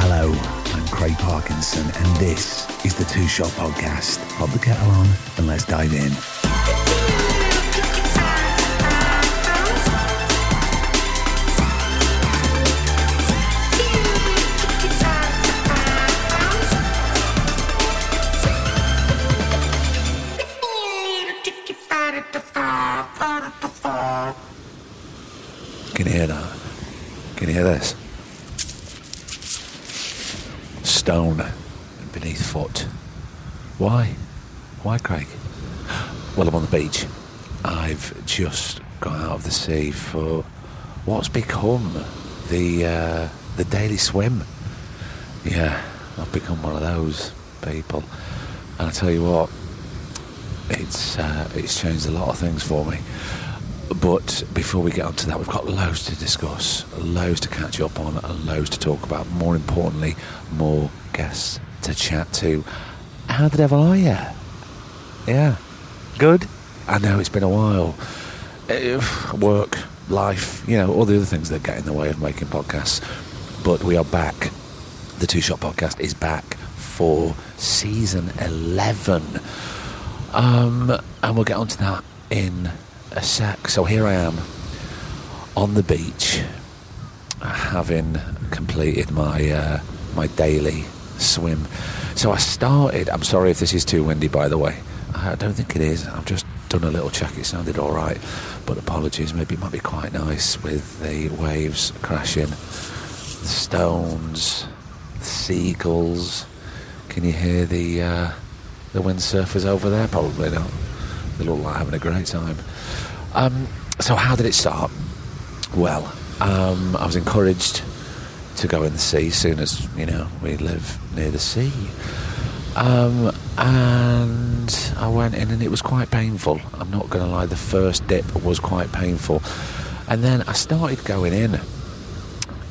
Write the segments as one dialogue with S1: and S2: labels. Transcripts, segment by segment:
S1: Hello, I'm Craig Parkinson, and this is the Two Shot Podcast. Pop the kettle on and let's dive in. Can you hear that? Can you hear this? Stone beneath foot. Why? Why, Craig? Well, I'm on the beach. I've just got out of the sea for what's become the uh, the daily swim. Yeah, I've become one of those people, and I tell you what, it's uh, it's changed a lot of things for me. But before we get onto that, we've got loads to discuss, loads to catch up on, and loads to talk about. More importantly, more guests to chat to. How the devil are you? Yeah, good. I know it's been a while. Eh, work, life, you know, all the other things that get in the way of making podcasts. But we are back. The Two Shot Podcast is back for season eleven. Um, and we'll get onto that in a sec. So here I am on the beach, having completed my uh, my daily swim. So I started. I'm sorry if this is too windy, by the way. I don't think it is. I've just done a little check. It sounded all right, but apologies. Maybe it might be quite nice with the waves crashing, the stones, the seagulls. Can you hear the uh, the windsurfers over there? Probably not. They look like having a great time. Um, so how did it start? Well, um, I was encouraged to go in the sea, soon as you know we live near the sea, um, and I went in, and it was quite painful. I'm not going to lie; the first dip was quite painful, and then I started going in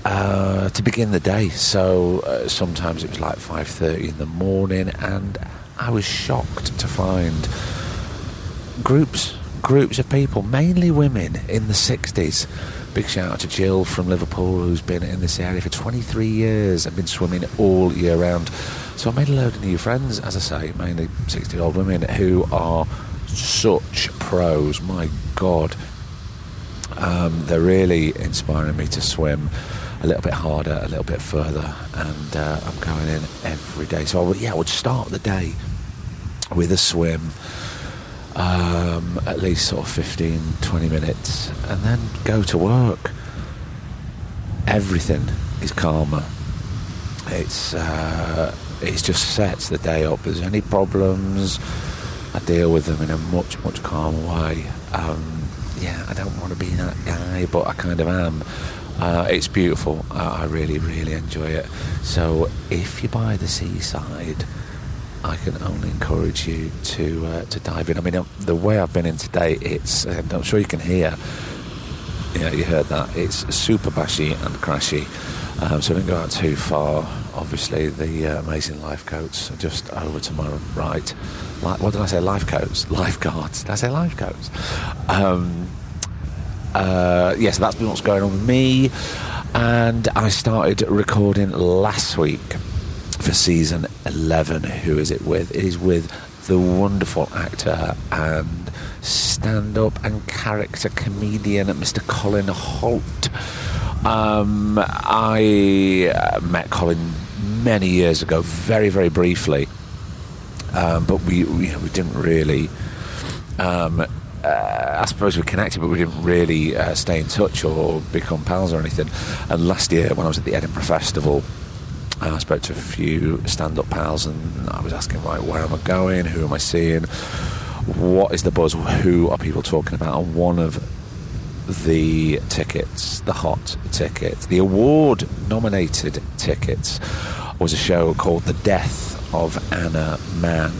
S1: uh, to begin the day. So uh, sometimes it was like five thirty in the morning, and I was shocked to find groups groups of people, mainly women in the 60s. Big shout out to Jill from Liverpool, who's been in this area for 23 years and been swimming all year round. So I made a load of new friends, as I say, mainly 60 year old women who are such pros. My God, um, they're really inspiring me to swim a little bit harder, a little bit further, and uh, I'm going in every day. So I would, yeah, I would start the day with a swim, um, at least sort of 15, 20 minutes, and then go to work. Everything is calmer. It's uh, it's just sets the day up. There's any problems, I deal with them in a much much calmer way. Um, yeah, I don't want to be that guy, but I kind of am. Uh, it's beautiful. I, I really really enjoy it. So if you're by the seaside, I can only encourage you to uh, to dive in. I mean, uh, the way I've been in today, it's and I'm sure you can hear. Yeah, you heard that. It's super bashy and crashy, um, so I didn't go out too far. Obviously, the uh, amazing life coats are just over to my right. Li what did I say? Life coats, lifeguards. Did I say life coats? Um, uh, yes, that's been what's going on with me. And I started recording last week for season 11. Who is it with? It is with the wonderful actor and stand up and character comedian, Mr. Colin Holt. Um, I uh, met Colin many years ago, very, very briefly um, but we we, you know, we didn't really. Um, uh, I suppose we connected, but we didn't really uh, stay in touch or become pals or anything. And last year, when I was at the Edinburgh Festival, I spoke to a few stand-up pals, and I was asking, like, where am I going? Who am I seeing? What is the buzz? Who are people talking about? And one of the tickets, the hot ticket, the award nominated tickets was a show called The Death of Anna Mann,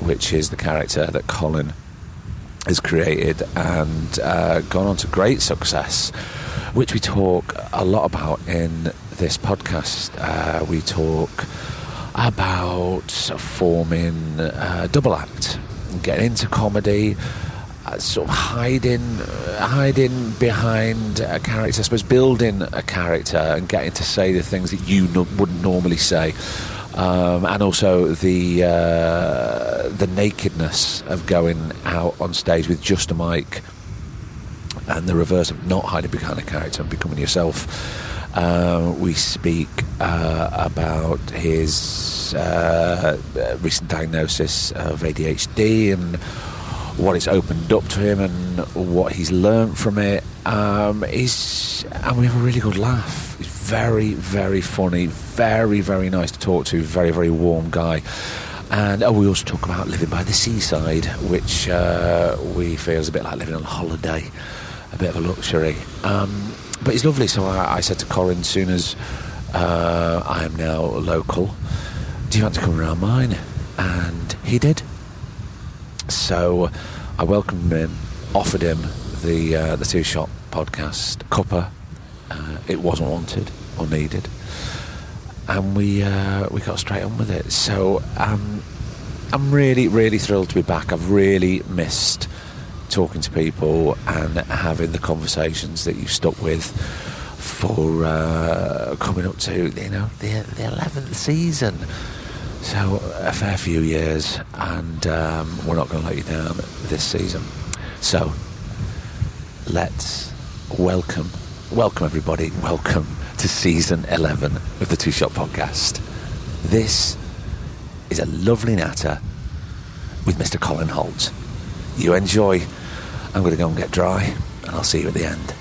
S1: which is the character that Colin has created and uh, gone on to great success, which we talk a lot about in this podcast. Uh, we talk uh, about forming a double act, getting into comedy, uh, sort of hiding, uh, hiding behind a character. I suppose building a character and getting to say the things that you no- wouldn't normally say, um, and also the uh, the nakedness of going out on stage with just a mic and the reverse of not hiding behind a character and becoming yourself. Um, we speak uh, about his uh, uh, recent diagnosis of ADHD and what it's opened up to him and what he's learned from it. Um, he's, and we have a really good laugh. He's very, very funny, very, very nice to talk to, very, very warm guy. And oh, we also talk about living by the seaside, which uh, we feel is a bit like living on holiday, a bit of a luxury. Um, but it's lovely. So I, I said to Corin, soon as uh, I am now local, do you want to come around mine? And he did. So I welcomed him, offered him the uh, the two shot podcast cuppa. Uh, it wasn't wanted or needed, and we uh, we got straight on with it. So um, I'm really really thrilled to be back. I've really missed talking to people and having the conversations that you've stuck with for uh, coming up to you know the the eleventh season. So a fair few years, and um, we're not going to let you down this season. So let's welcome, welcome everybody, welcome to season eleven of the Two Shot Podcast. This is a lovely natter with Mr. Colin Holt. You enjoy. I'm going to go and get dry, and I'll see you at the end.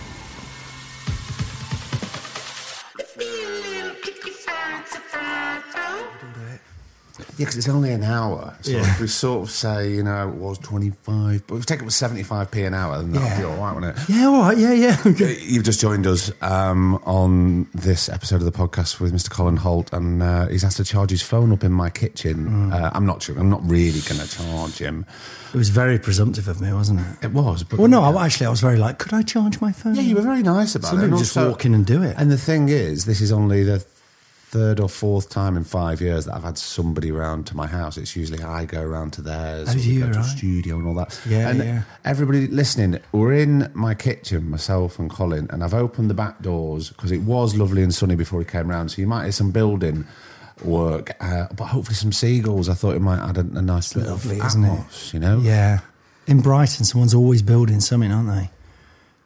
S2: Yeah, because it's only an hour. So
S3: Yeah.
S2: if we sort of say, you know, it was 25, but if we take it was 75p an hour, then that'll
S3: Yeah.
S2: be all right, wouldn't it?
S3: Yeah, all right. Yeah, yeah. Okay.
S2: You've just joined us um, on this episode of the podcast with Mr. Colin Holt, and uh, he's asked to charge his phone up in my kitchen.
S3: Mm.
S2: Uh, I'm not sure. I'm not really going to charge him.
S3: It was very presumptive of me, wasn't it?
S2: It was, but
S3: Well, no, I, actually, I was very like, could I charge my phone?
S2: yeah, you were very nice about
S3: So
S2: it.
S3: maybe
S2: and
S3: just
S2: also-
S3: walk in and do it.
S2: And the thing is, this is only the third or fourth time in five years that I've had somebody round to my house. It's usually I go round to theirs,
S3: Oh,
S2: or we
S3: you,
S2: go to a
S3: right.
S2: studio and all that.
S3: Yeah,
S2: and
S3: yeah.
S2: everybody listening, we're in my kitchen, myself and Colin, and I've opened the back doors because it was lovely and sunny before he came round. So you might hear some building work, uh, but hopefully some seagulls. I thought it might add a, a nice little
S3: Lovely,
S2: atmos,
S3: isn't it?
S2: You know,
S3: Yeah. In Brighton, someone's always building something, aren't they?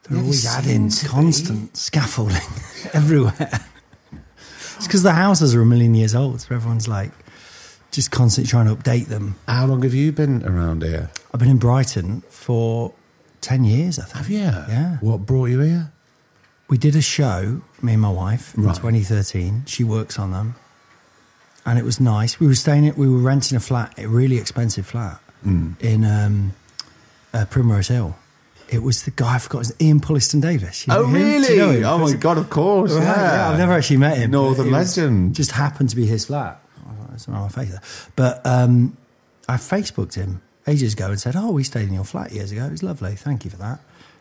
S3: They're
S2: Yeah, they
S3: always
S2: seem
S3: adding
S2: to be.
S3: constant scaffolding everywhere. it's because the houses are a million years old, so everyone's like just constantly trying to update them.
S2: How long have you been around here?
S3: I've been in Brighton for 10 years, I think.
S2: Have you?
S3: Yeah.
S2: What brought you here?
S3: We did a show, me and my wife, in
S2: Right.
S3: 2013. She works on them, and it was nice. We were staying at, we were renting a flat, a really expensive flat
S2: Hmm.
S3: in um, uh, Primrose Hill. It was the guy I forgot, his Ian Pulliston Davis. You know
S2: Oh,
S3: him? Do you
S2: really?
S3: know him?
S2: Oh, my God, of course.
S3: Right,
S2: yeah.
S3: yeah, I've never actually met him. but
S2: Northern
S3: it was-
S2: legend.
S3: Just happened to be his flat. I was like, That's not on my face there. But um, I Facebooked him ages ago and said, Oh, we stayed in your flat years ago. It was lovely. Thank you for that.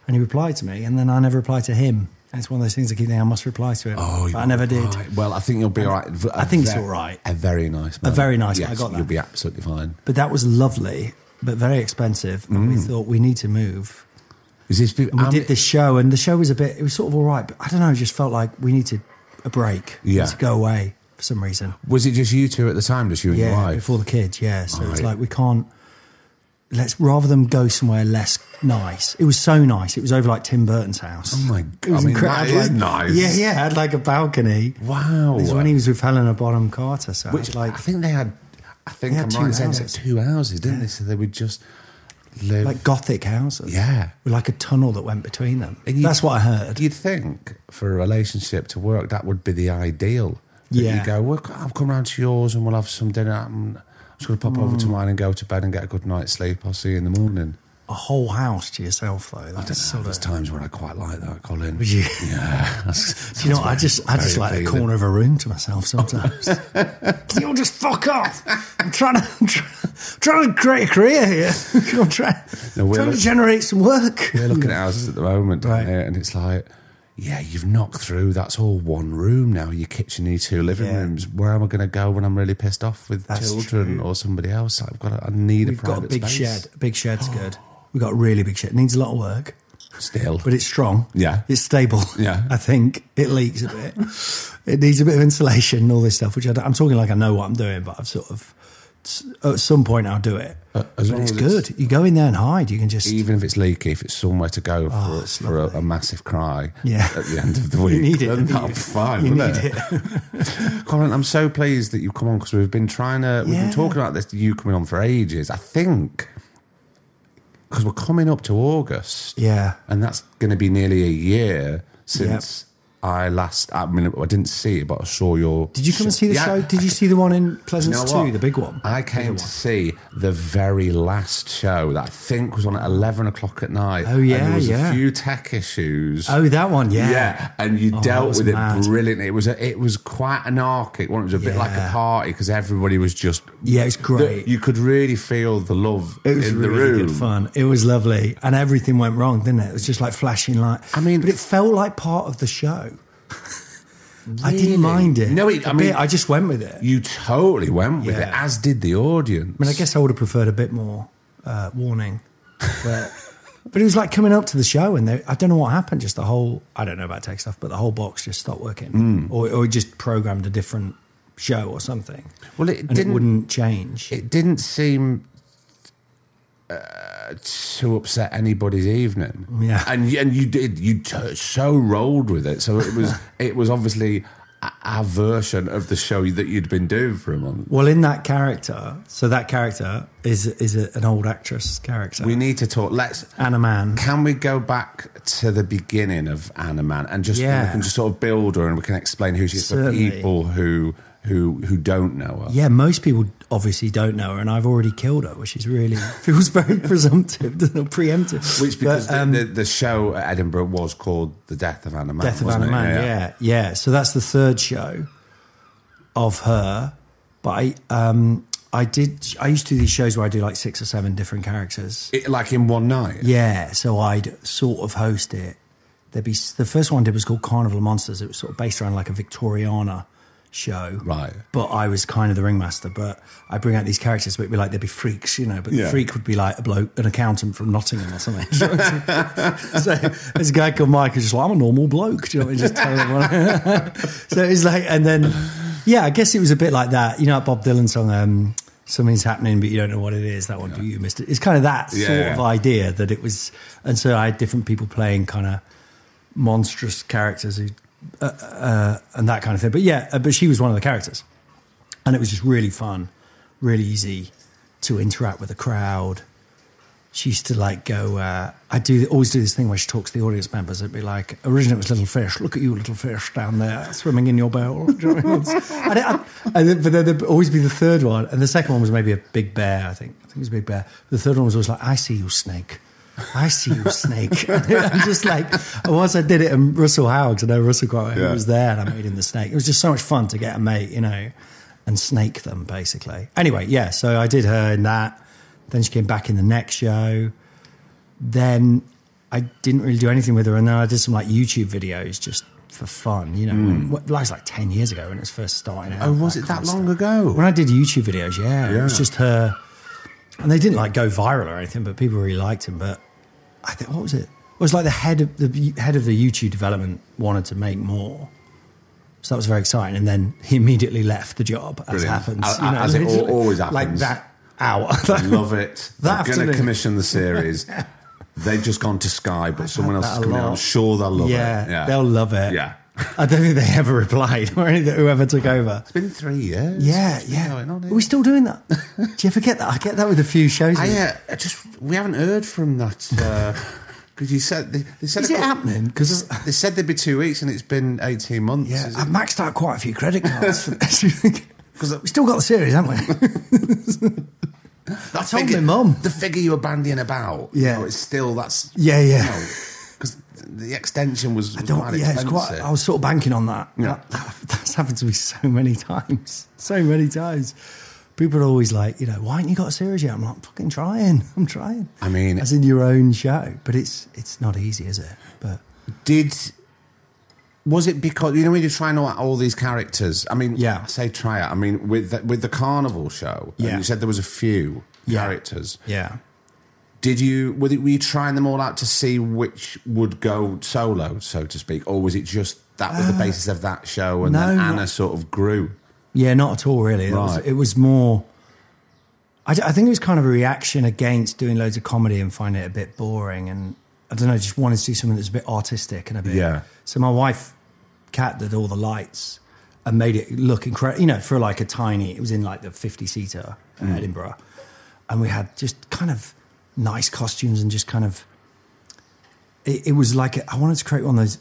S3: And he replied to me, and then I never replied to him. And it's one of those things I keep thinking I must reply to him. but I never did.
S2: Oh, Right. Well, I think you'll be all right. V-
S3: I think it's
S2: ve-
S3: all right.
S2: A very nice man.
S3: very nice man,
S2: yes,
S3: I got that.
S2: You'll be absolutely fine.
S3: But that was lovely, but very expensive. And
S2: Mm.
S3: we thought we need to move.
S2: Is this?
S3: And we did this show, and the show was a bit, it was sort of all right, but I don't know, it just felt like we needed a break. We
S2: Yeah.
S3: need to go away for some reason.
S2: Was it just you two at the time, just you and your
S3: Yeah,
S2: wife?
S3: before the kids. Yeah, so it's
S2: Right.
S3: like we can't. Let's rather than go somewhere less nice. It was so nice. It was over like Tim Burton's house.
S2: Oh my
S3: It was
S2: God, I mean,
S3: incre-
S2: that
S3: had,
S2: is
S3: like-
S2: nice.
S3: Yeah, yeah. I had like a balcony.
S2: Wow.
S3: This is when he was with Helena Bonham Carter. So I
S2: Which
S3: had, like
S2: I think they had. I think
S3: They
S2: I'm
S3: had
S2: right in
S3: two
S2: saying it's
S3: houses.
S2: two houses, didn't they? So they would just live.
S3: like gothic houses.
S2: Yeah.
S3: with like a tunnel that went between them.
S2: And you-
S3: That's what I heard.
S2: You'd think for a relationship to work, that would be the ideal. That
S3: Yeah.
S2: You go, well, I'll come round to yours and we'll have some dinner. I'm just going to pop
S3: Mm.
S2: over to mine and go to bed and get a good night's sleep. I'll see you in the morning.
S3: a whole house to yourself though. That's sort of.
S2: There's times where I quite like that, Colin.
S3: Would you?
S2: Yeah. that's-
S3: Do you know, what? I
S2: that's
S3: just, I
S2: very-
S3: just like
S2: very
S3: the corner of a room to myself sometimes. Can you all just fuck off? I'm trying to, I'm try- trying to create a career here. I'm trying,
S2: No, we're
S3: trying to
S2: look-
S3: generate some work.
S2: We're looking at houses at the moment, down
S3: Right.
S2: here, and it's like, yeah, you've knocked through. That's all one room now. Your kitchen, your two living
S3: Yeah.
S2: rooms. Where am I going to go when I'm really pissed off with
S3: That's
S2: children or somebody else? I've got. To, I need
S3: We've
S2: a private
S3: got a big
S2: space.
S3: shed. A big shed's good. We got really big shit. Needs a lot of work,
S2: Still.
S3: but it's strong.
S2: Yeah.
S3: It's stable.
S2: Yeah.
S3: I think it leaks a bit. it needs a bit of insulation and all this stuff, which I am talking like I know what I'm doing, but I've sort of, at some point, I'll do it.
S2: Uh, as
S3: but
S2: long
S3: it's
S2: as
S3: good.
S2: it's-
S3: you go in there and hide. You can just.
S2: even if it's leaky, if it's somewhere to go for,
S3: Oh, it's
S2: for a,
S3: lovely.
S2: a massive cry
S3: Yeah.
S2: at the end of the week,
S3: need it, don't
S2: then
S3: you?
S2: that'll be fine.
S3: you
S2: wouldn't
S3: need it.
S2: Colin, I'm so pleased that you've come on because we've been trying to, we've
S3: Yeah.
S2: been talking about this, you coming on for ages. I think because we're coming up to August.
S3: Yeah.
S2: And that's going to be nearly a year since I last, I mean, I didn't see it, but I saw your.
S3: Did you come and see the
S2: Yeah.
S3: show? Did you see the one in
S2: You
S3: Pleasance
S2: know
S3: too?
S2: what? Uh,
S3: the big one?
S2: I came to see the very last show that I think was on at 11 o'clock at night.
S3: Oh, yeah,
S2: And there was
S3: yeah.
S2: a few tech issues.
S3: Oh, that one, yeah. Oh,
S2: and you
S3: that
S2: dealt
S3: was
S2: with it
S3: mad.
S2: brilliantly. It was a, it was quite anarchic. One, it was a bit like a
S3: Yeah.
S2: party because everybody was just
S3: Yeah, it's great.
S2: You could really feel the love
S3: It was
S2: in
S3: really
S2: the room.
S3: good fun. It was lovely, and everything went wrong, didn't it? It was just like flashing light.
S2: I mean-
S3: but it felt like part of the show. I didn't mind it.
S2: No, it-
S3: A
S2: I mean-
S3: bit, I just went with it. I
S2: You totally went with
S3: Yeah.
S2: it, as did the audience.
S3: mean, I guess I would have preferred a bit more uh, warning, but but it was like coming up to the show, and they, I don't know what happened. Just the whole, I don't know about tech stuff, but the whole box just stopped working,
S2: Hmm.
S3: or or it just programmed a different show or something,
S2: well, it
S3: and it
S2: didn't.
S3: wouldn't change.
S2: it didn't seem uh, to upset anybody's evening.
S3: Yeah.
S2: and y- and you did you t- so rolled with it. So it was it was obviously a- our version of the show that you'd been doing for a month.
S3: Well, in that character, so that character is is a, an old actress character,
S2: We need to talk. Let's.
S3: Anna Mann.
S2: Can we go back to the beginning of Anna Man and just
S3: Yeah.
S2: we can just sort of build her and we can explain who she is for
S3: Certainly.
S2: people who who who don't know her.
S3: Yeah, most people obviously don't know her, and I've already killed her, which is really feels very presumptive, doesn't it? preemptive.
S2: Which because
S3: But, um,
S2: the, the, the show at Edinburgh was called The Death of Anna Man.
S3: Death of
S2: wasn't
S3: Anna
S2: it?
S3: Man, yeah. yeah, So that's the third show of her. But I, um, I did. I used to do these shows where I do like six or seven different characters.
S2: It- like in one night.
S3: Yeah, so I'd sort of host it. There'd be the first one I did was called Carnival of Monsters. It was sort of based around like a Victoriana show,
S2: Right.
S3: But I was kind of the ringmaster. But I bring out these characters, but it'd be like they'd be freaks, you know. But
S2: Yeah.
S3: the freak would be like a bloke, an accountant from Nottingham or something. so there's a guy called Mike who's just like I'm a normal bloke. Do you know what I mean? Just tell everyone. so it's like, and then yeah, I guess it was a bit like that. You know, that Bob Dylan song. Um, Something's happening, but you don't know what it is. That one, do you, Mister? It's kind of that
S2: Yeah,
S3: sort
S2: yeah.
S3: of idea that it was, and so I had different people playing kind of monstrous characters who, uh, uh, and that kind of thing. But yeah, uh, but she was one of the characters, and it was just really fun, really easy to interact with the crowd. She used to like go. Uh, I do always do this thing where she talks to the audience members. It'd be like originally it was little fish. Look at you, little fish down there swimming in your bowl. Do you know what I mean? And it- and then- but then there'd always be the third one, and the second one was maybe a big bear. I think I think it was a big bear. The third one was always like, "I see you, snake." I see you, snake. I'm just like, and once I did it, and Russell Howard, 'cause I know Russell quite well, he
S2: Yeah.
S3: was there, and I made him the snake. It was just so much fun to get a mate, you know, and snake them, basically. Anyway, yeah, so I did her in that. Then she came back in the next show. Then I didn't really do anything with her, and then I did some like YouTube videos just for fun, you know. Mm. That was like 10 years ago when it was first starting out.
S2: Hmm. Oh, was it
S3: kind of
S2: that long
S3: stuff.
S2: ago?
S3: When I did YouTube videos, yeah, it was
S2: Yeah.
S3: just her, and they didn't like go viral or anything, but people really liked him. But I think what was it? It was like the head of the head of the YouTube development wanted to make more, so that was very exciting. And then he immediately left the job, as
S2: Brilliant.
S3: happens,
S2: As- as it al-
S3: literally,
S2: always
S3: like
S2: happens.
S3: that hour.
S2: Love it.
S3: That
S2: They're going
S3: afternoon.
S2: to commission the series. They've just gone to Sky, but someone
S3: had
S2: else is
S3: that a
S2: coming out.
S3: lot.
S2: I'm sure they'll love
S3: yeah,
S2: it. Yeah,
S3: they'll love it.
S2: Yeah.
S3: I don't think they ever replied or anything, whoever took over.
S2: It's been three years.
S3: Yeah,
S2: What's been
S3: yeah.
S2: going on
S3: Are
S2: here?
S3: we still doing that? Do you ever get that? I get that with a few shows.
S2: I, uh, I just we haven't heard from that. Because you said they, they said
S3: Is
S2: a
S3: it
S2: cou-
S3: happening? 'Cause-
S2: they said there'd be two weeks, and it's been eighteen months.
S3: Yeah,
S2: is it?
S3: I've maxed out quite a few credit cards for this. Because
S2: 'Cause-
S3: we still got the series, haven't we? I
S2: That
S3: told my mum.
S2: the figure you were bandying about.
S3: Yeah.
S2: you know, it's still that's
S3: yeah, yeah.
S2: because the extension was, was
S3: Don't-
S2: quite
S3: yeah, it's
S2: expensive.
S3: quite. I was sort of banking on that.
S2: Yeah.
S3: That- that- That's happened to me so many times, so many times. People are always like, you know, why haven't you got a series yet? I'm like, fucking trying. I'm trying.
S2: I mean-
S3: as in your own show, but it's it's not easy, is it? But
S2: Did was it because you know when you try and out all these characters? I mean,
S3: Yeah.
S2: I say try out. I mean, with the, with the carnival show, and
S3: Yeah.
S2: you said there was a few
S3: Yeah.
S2: characters.
S3: yeah,
S2: Did you were, you were you trying them all out to see which would go solo, so to speak, or was it just that was the basis of that show, and
S3: Uh, no,
S2: then
S3: not-
S2: Anna sort of grew?
S3: Yeah, not at all, really. It, was,
S2: Right.
S3: it was more. I, d- I think it was kind of a reaction against doing loads of comedy and finding it a bit boring. And I don't know, just wanted to do something that's a bit artistic and a bit.
S2: Yeah.
S3: So my wife, Kat, did all the lights and made it look incredible. You know, for like a tiny, it was in like the 50 seater at Edinburgh. And we had just kind of nice costumes and just kind of. It, it was like, a, I wanted to create one of those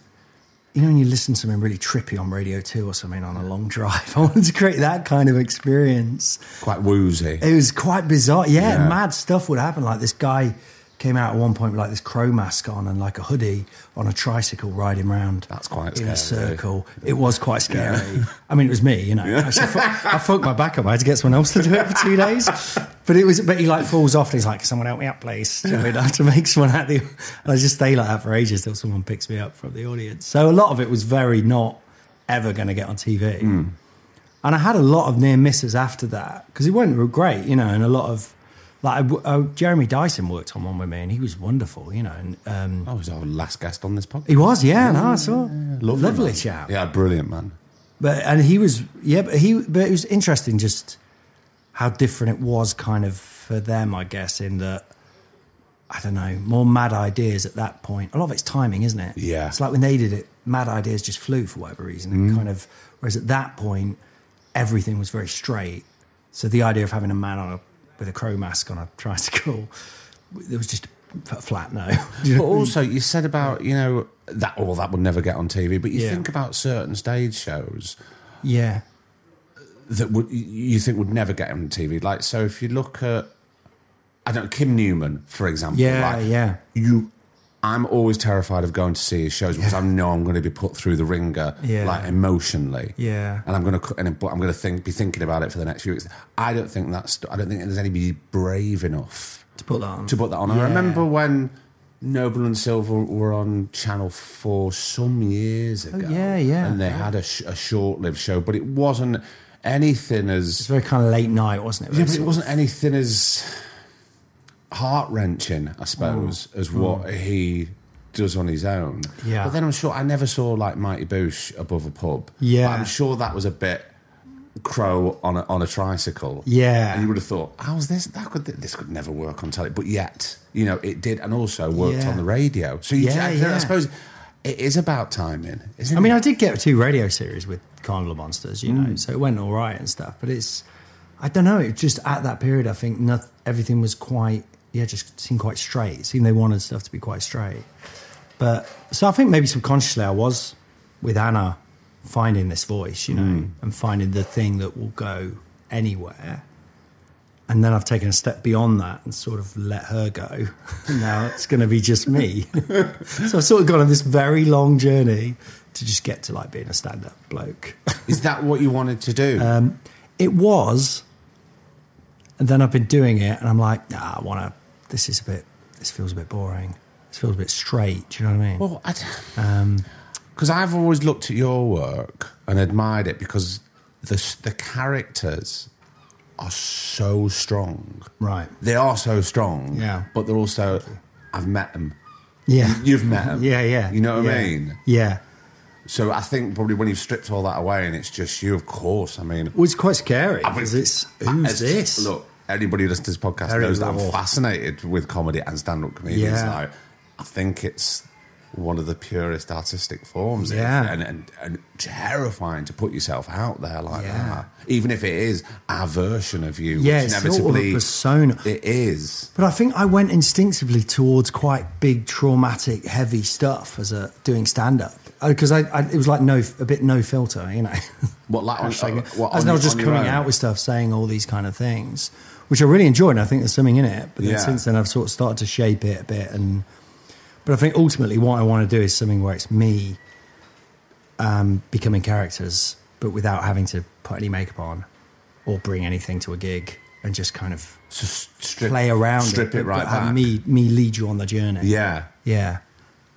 S3: you know, when you listen to something really trippy on Radio 2 or something on a long drive, I wanted to create that kind of experience.
S2: Quite woozy.
S3: It was quite bizarre. Yeah,
S2: Yeah.
S3: mad stuff would happen. Like this guy came out at one point with like this crow mask on and like a hoodie on a tricycle riding round.
S2: That's quite
S3: In a
S2: scary.
S3: circle. It was quite scary. I mean, it was me, you know. I, fu- I fucked my back up. I had to get someone else to do it for two days. But it was, but he like falls off and he's like, someone help me out, please. You know, I have to make someone out of the, and I just stay like that for ages till someone picks me up from the audience. So a lot of it was very not ever going to get on TV.
S2: Hmm.
S3: And I had a lot of near misses after that because it went great, you know, and a lot of like I w- oh, Jeremy Dyson worked on one with me and he was wonderful, you know. And um,
S2: I was our last guest on this podcast.
S3: he was, yeah, no, I saw lovely,
S2: man.
S3: chap.
S2: Yeah, brilliant man.
S3: But and he was, yeah, but he, but it was interesting just how different it was, kind of for them, I guess, in that. I don't know, more mad ideas at that point. A lot of it's timing, isn't it?
S2: Yeah. Mm.
S3: It's like when they did it, mad ideas just flew for whatever reason. And kind of, whereas at that point, everything was very straight. So the idea of having a man on a, with a crow mask on a tricycle, it was just a flat no. You
S2: But
S3: know?
S2: also, you said about you know that all that would never get on TV. But you
S3: Yeah.
S2: think about certain stage shows
S3: yeah.
S2: that would you think would never get on TV. Like so, if you look at I don't know, Kim Newman, for example.
S3: Yeah,
S2: like,
S3: yeah.
S2: You, I'm always terrified of going to see his shows because I know I'm going to be put through the ringer,
S3: Yeah.
S2: like emotionally.
S3: Yeah.
S2: and I'm going to and I'm going to think be thinking about it for the next few weeks. I don't think that's I don't think there's anybody brave enough
S3: To put that on.
S2: to put that on. I
S3: Yeah.
S2: remember when Noble and Silver were on Channel 4 some years ago.
S3: Oh, yeah, yeah.
S2: And they had a, sh- a short lived show, but it wasn't anything
S3: It's
S2: as.
S3: very kind of late night, wasn't it?
S2: Yeah, but it wasn't anything as heart wrenching, I suppose, as what he does on his own.
S3: Mm. Yeah.
S2: But then I'm sure I never saw like Mighty Boosh above a pub.
S3: Yeah.
S2: But I'm sure that was a bit crow on a, on a tricycle.
S3: Yeah.
S2: And you would have thought, how's this? That could this could never work on telly, but yet you know it did, and also worked
S3: Yeah.
S2: on the radio. So you,
S3: Yeah,
S2: I,
S3: yeah.
S2: I suppose it is about timing, isn't
S3: I mean,
S2: it?
S3: I did get two radio series with Carnival of Monsters, you know,
S2: Mm.
S3: so it went all right and stuff. But it's, I don't know, it just at that period, I think noth- everything was quite, yeah, just seemed quite straight. It seemed they wanted stuff to be quite straight. But so I think maybe subconsciously I was with Anna finding this voice, you know,
S2: Mm.
S3: and finding the thing that will go anywhere. And then I've taken a step beyond that and sort of let her go. now it's going to be just me. so I've sort of gone on this very long journey to just get to like being a stand up bloke.
S2: is that what you wanted to do?
S3: it was. And then I've been doing it and I'm like, nah, I want to, this is a bit, this feels a bit boring. This feels a bit straight. Do you know what I mean?
S2: well, I because Um, I've always looked at your work and admired it because the s- the characters are so strong.
S3: right.
S2: They are so strong.
S3: Yeah.
S2: but they're also I've met them.
S3: Yeah.
S2: You've met them.
S3: yeah, yeah.
S2: You know what
S3: yeah.
S2: I mean.
S3: Yeah.
S2: So I think probably when you've stripped all that away and it's just you, of course. I mean,
S3: Well, it's quite scary
S2: mean,
S3: because it's, who's
S2: it's-
S3: this?
S2: Look, anybody who listens to this podcast
S3: Very
S2: knows that I'm
S3: raw.
S2: fascinated with comedy and stand-up comedians.
S3: Yeah.
S2: Now, I think it's one of the purest artistic forms,
S3: Yeah.
S2: and, and and terrifying to put yourself out there like
S3: Yeah.
S2: that, even if it is our version of you.
S3: Yeah,
S2: which
S3: it's sort of a
S2: inevitably
S3: persona.
S2: It is.
S3: But I think I went instinctively towards quite big, traumatic, heavy stuff as a doing stand up because I, I it was like no a bit no filter, you know.
S2: What like on,
S3: Hashtag-
S2: uh, what,
S3: as
S2: on
S3: I
S2: your-
S3: was just
S2: on your
S3: coming
S2: own?
S3: out with stuff, saying all these kind of things, which I really enjoyed. And I think there's something in it. But then
S2: Yeah.
S3: since then, I've sort of started to shape it a bit. And but I think ultimately, what I want to do is something where it's me um, becoming characters, but without having to put any makeup on or bring anything to a gig, and just kind of
S2: So s- strip-
S3: play around
S2: strip
S3: it,
S2: it, right
S3: but have
S2: back.
S3: me me lead you on the journey
S2: Yeah.
S3: yeah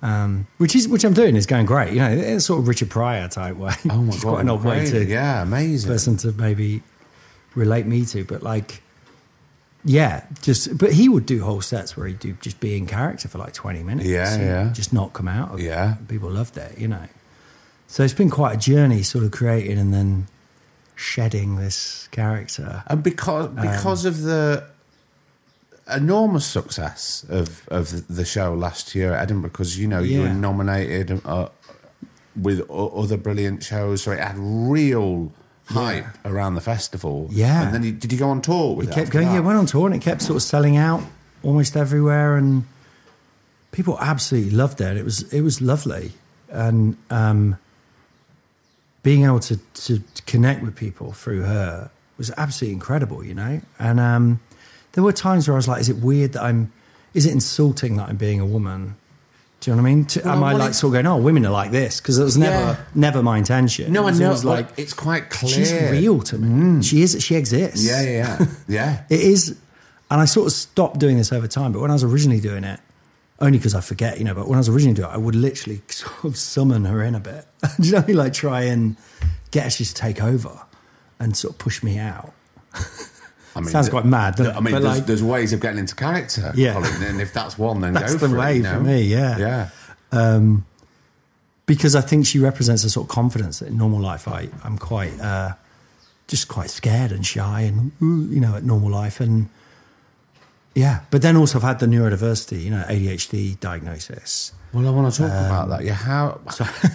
S3: um, which is which i'm doing is going great you know it's sort of richard pryor type way
S2: Oh my
S3: It's
S2: god!
S3: quite an odd way to
S2: great. yeah, amazing.
S3: person to maybe relate me to but like yeah, just but he would do whole sets where he'd do just be in character for like twenty minutes.
S2: Yeah,
S3: and
S2: yeah.
S3: Just not come out of it.
S2: Yeah.
S3: People loved it, you know. So it's been quite a journey, sort of creating and then shedding this character.
S2: and because
S3: Um,
S2: because of the enormous success of of the show last year at Edinburgh, because you know you were
S3: Yeah.
S2: nominated uh, with o- other brilliant shows, so it had real hype around the festival.
S3: Yeah.
S2: and then you, did you go on tour with
S3: It
S2: it?
S3: kept
S2: after
S3: going.
S2: that?
S3: Yeah, it went on tour and it kept sort of selling out almost everywhere, and people absolutely loved it. It was it was lovely, and um, being able to to connect with people through her was absolutely incredible. You know, and um, there were times where I was like, "Is it weird that I'm? Is it insulting that I'm being a woman?" Do you know what I mean? To, am
S2: Well,
S3: I
S2: well,
S3: like
S2: it-
S3: sort of going, "Oh, women are like this"? Because it was never
S2: Yeah.
S3: never my intention.
S2: no,
S3: it
S2: I
S3: was
S2: know.
S3: always
S2: Like it's quite clear.
S3: she's real to me. She is. She exists.
S2: Mm. Yeah, yeah, yeah. yeah.
S3: It is, and I sort of stopped doing this over time. But when I was originally doing it, only because I forget, you know. But when I was originally doing it, I would literally sort of summon her in a bit. Do you know, what I mean? like try and get her to take over and sort of push me out.
S2: I mean,
S3: Sounds quite mad, doesn't
S2: I
S3: it?
S2: mean,
S3: But,
S2: there's,
S3: like-
S2: there's ways of getting into character.
S3: Yeah.
S2: Colin, and if that's one, then
S3: That's
S2: go
S3: the
S2: for it,
S3: way
S2: you know?
S3: for me, yeah.
S2: yeah.
S3: because I think she represents a sort of confidence that in normal life I, I'm quite uh, just quite scared and shy and ooh, you know at normal life and yeah but then also I've had the neurodiversity you know ADHD diagnosis
S2: Well, I want to talk
S3: Um,
S2: about that. Yeah, how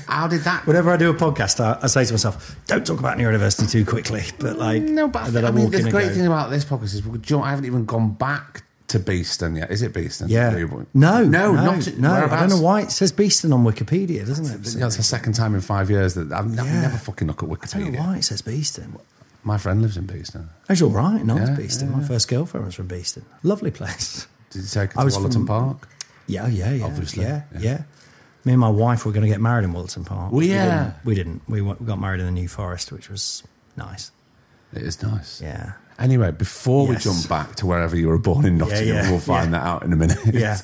S2: how did that?
S3: whenever I do a podcast I, I say to myself don't talk about neurodiversity too quickly but like
S2: no, but I,
S3: and then
S2: mean,
S3: walk in
S2: the
S3: and
S2: great
S3: go,
S2: thing about this podcast is, well, do you know, I haven't even gone back to Beeston yet. Is it Beeston?
S3: yeah
S2: no,
S3: no
S2: no, not
S3: no I don't
S2: whereabouts?
S3: know why it says Beeston on Wikipedia doesn't it
S2: You know, it's the second time in five years that I've, I've
S3: Yeah.
S2: never fucking look at
S3: I don't know
S2: Wikipedia.
S3: why it says Beeston
S2: My friend lives in Beeston.
S3: that's all right no
S2: Yeah,
S3: it's Beeston my first girlfriend was from Beeston lovely place
S2: Did you take her
S3: I
S2: to
S3: was
S2: Wallerton
S3: from-
S2: Park?
S3: Yeah, yeah, yeah.
S2: Obviously,
S3: Yeah,
S2: yeah.
S3: yeah. Me and my wife were going to get married in Wilton Park.
S2: Well, yeah.
S3: We didn't. We, didn't. We wa- we got married in the New Forest, which was nice.
S2: It is nice.
S3: Yeah.
S2: Anyway, before
S3: Yes.
S2: we jump back to wherever you were born in Nottingham,
S3: yeah,
S2: we'll find
S3: yeah.
S2: that out in a minute.
S3: Yeah.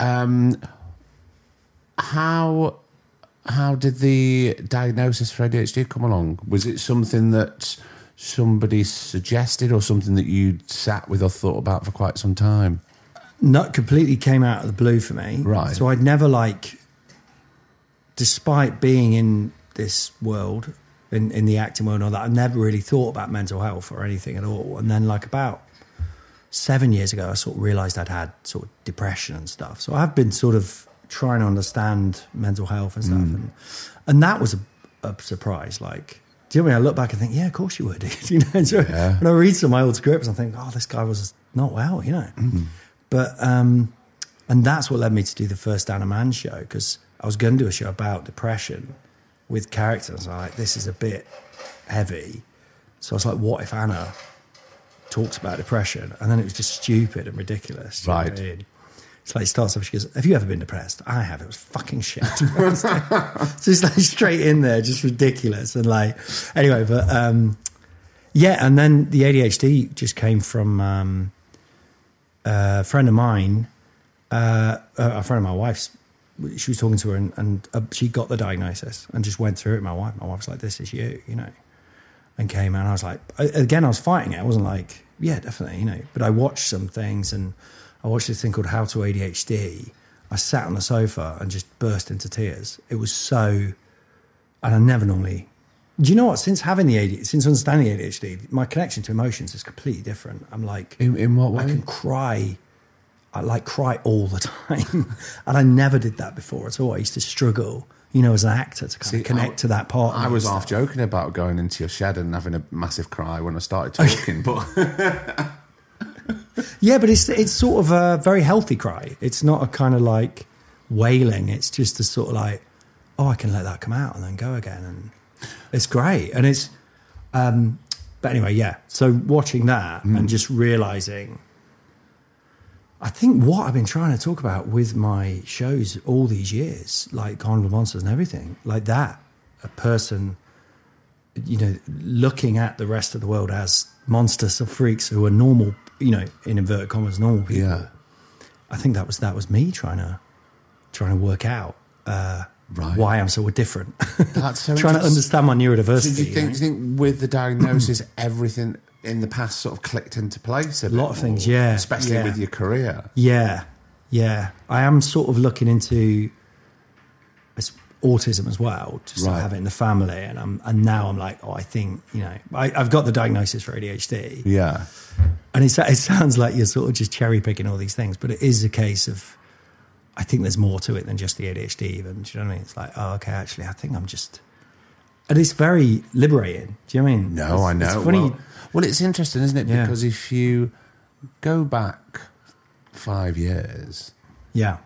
S2: Um, how how did the diagnosis for ADHD come along? Was it something that somebody suggested, or something that you sat with or thought about for quite some time?
S3: Nut completely came out of the blue for me.
S2: Right.
S3: So I'd never like, despite being in this world, in, in the acting world and all that, I've never really thought about mental health or anything at all. And then like about seven years ago, I sort of realized I'd had sort of depression and stuff. So I've been sort of trying to understand mental health and stuff. And, and that was a, a surprise. Like, do you know what I mean? I look back and think, yeah, of course you would. you know, so when I read some of my old scripts, I think, oh, this guy was not well, you know. But, um, and that's what led me to do the first Anna Man show because I was going to do a show about depression with characters. I was like, this is a bit heavy. So I was like, what if Anna talks about depression, and then it was just stupid and ridiculous. you know
S2: Right.
S3: what I mean? It's like it starts off. She goes, "Have you ever been depressed?" I have. It was fucking shit. so it's like straight in there, just ridiculous and like. Anyway, but um, yeah, and then the ADHD just came from um, a friend of mine, uh, a a friend of my wife's. She was talking to her, and, and uh, she got the diagnosis and just went through it. My wife, my wife was like, "This is you," you know and came out. And I was like, I- again, I was fighting it. I wasn't like, yeah, definitely, you know. But I watched some things and I watched this thing called How to ADHD. I sat on the sofa and just burst into tears. It was so, and I never normally. Do you know what? Since having the ADHD, since understanding ADHD, my connection to emotions is completely different. I'm like,
S2: In, in what way?
S3: I can cry. I like cry all the time, and I never did that before at all. I used to struggle, you know, as an actor to kind
S2: See,
S3: of connect
S2: I-
S3: to that part. of
S2: I was
S3: myself.
S2: half joking about going into your shed and having a massive cry when I started talking, but
S3: Yeah, but it's it's sort of a very healthy cry. It's not a kind of like wailing. It's just a sort of like, oh, I can let that come out and then go again, and it's great. And it's, um, but anyway, yeah. So watching that
S2: Hmm.
S3: and just realizing, I think what I've been trying to talk about with my shows all these years, like Carnival Monsters and everything, like that, a person you know, looking at the rest of the world as monsters or freaks who are normal, you know, in inverted commas, normal people.
S2: yeah.
S3: I think that was that was me trying to trying to work out uh,
S2: Right.
S3: why I'm so different.
S2: That's so
S3: Trying to
S2: interesting.
S3: understand my neurodiversity.
S2: Did you
S3: you
S2: think?
S3: know?
S2: Do you think with the diagnosis, everything in the past sort of clicked into place? A, bit
S3: lot of things,
S2: more?
S3: yeah,
S2: Especially
S3: yeah.
S2: with your career.
S3: Yeah, yeah. I am sort of looking into it's autism as well, just
S2: Right.
S3: to have it in the family. And I'm and now I'm like, oh, I think you know, I, I've got the diagnosis for ADHD,
S2: Yeah.
S3: and it's, it sounds like you're sort of just cherry picking all these things, but it is a case of. I think there's more to it than just the ADHD, even. Do you know what I mean? It's like, oh, okay, actually, I think I'm just. And it's very liberating. Do you know what I mean?
S2: No,
S3: It's-
S2: I know.
S3: It's funny.
S2: Well, well, it's interesting, isn't it?
S3: Yeah.
S2: Because if you go back five years,
S3: yeah.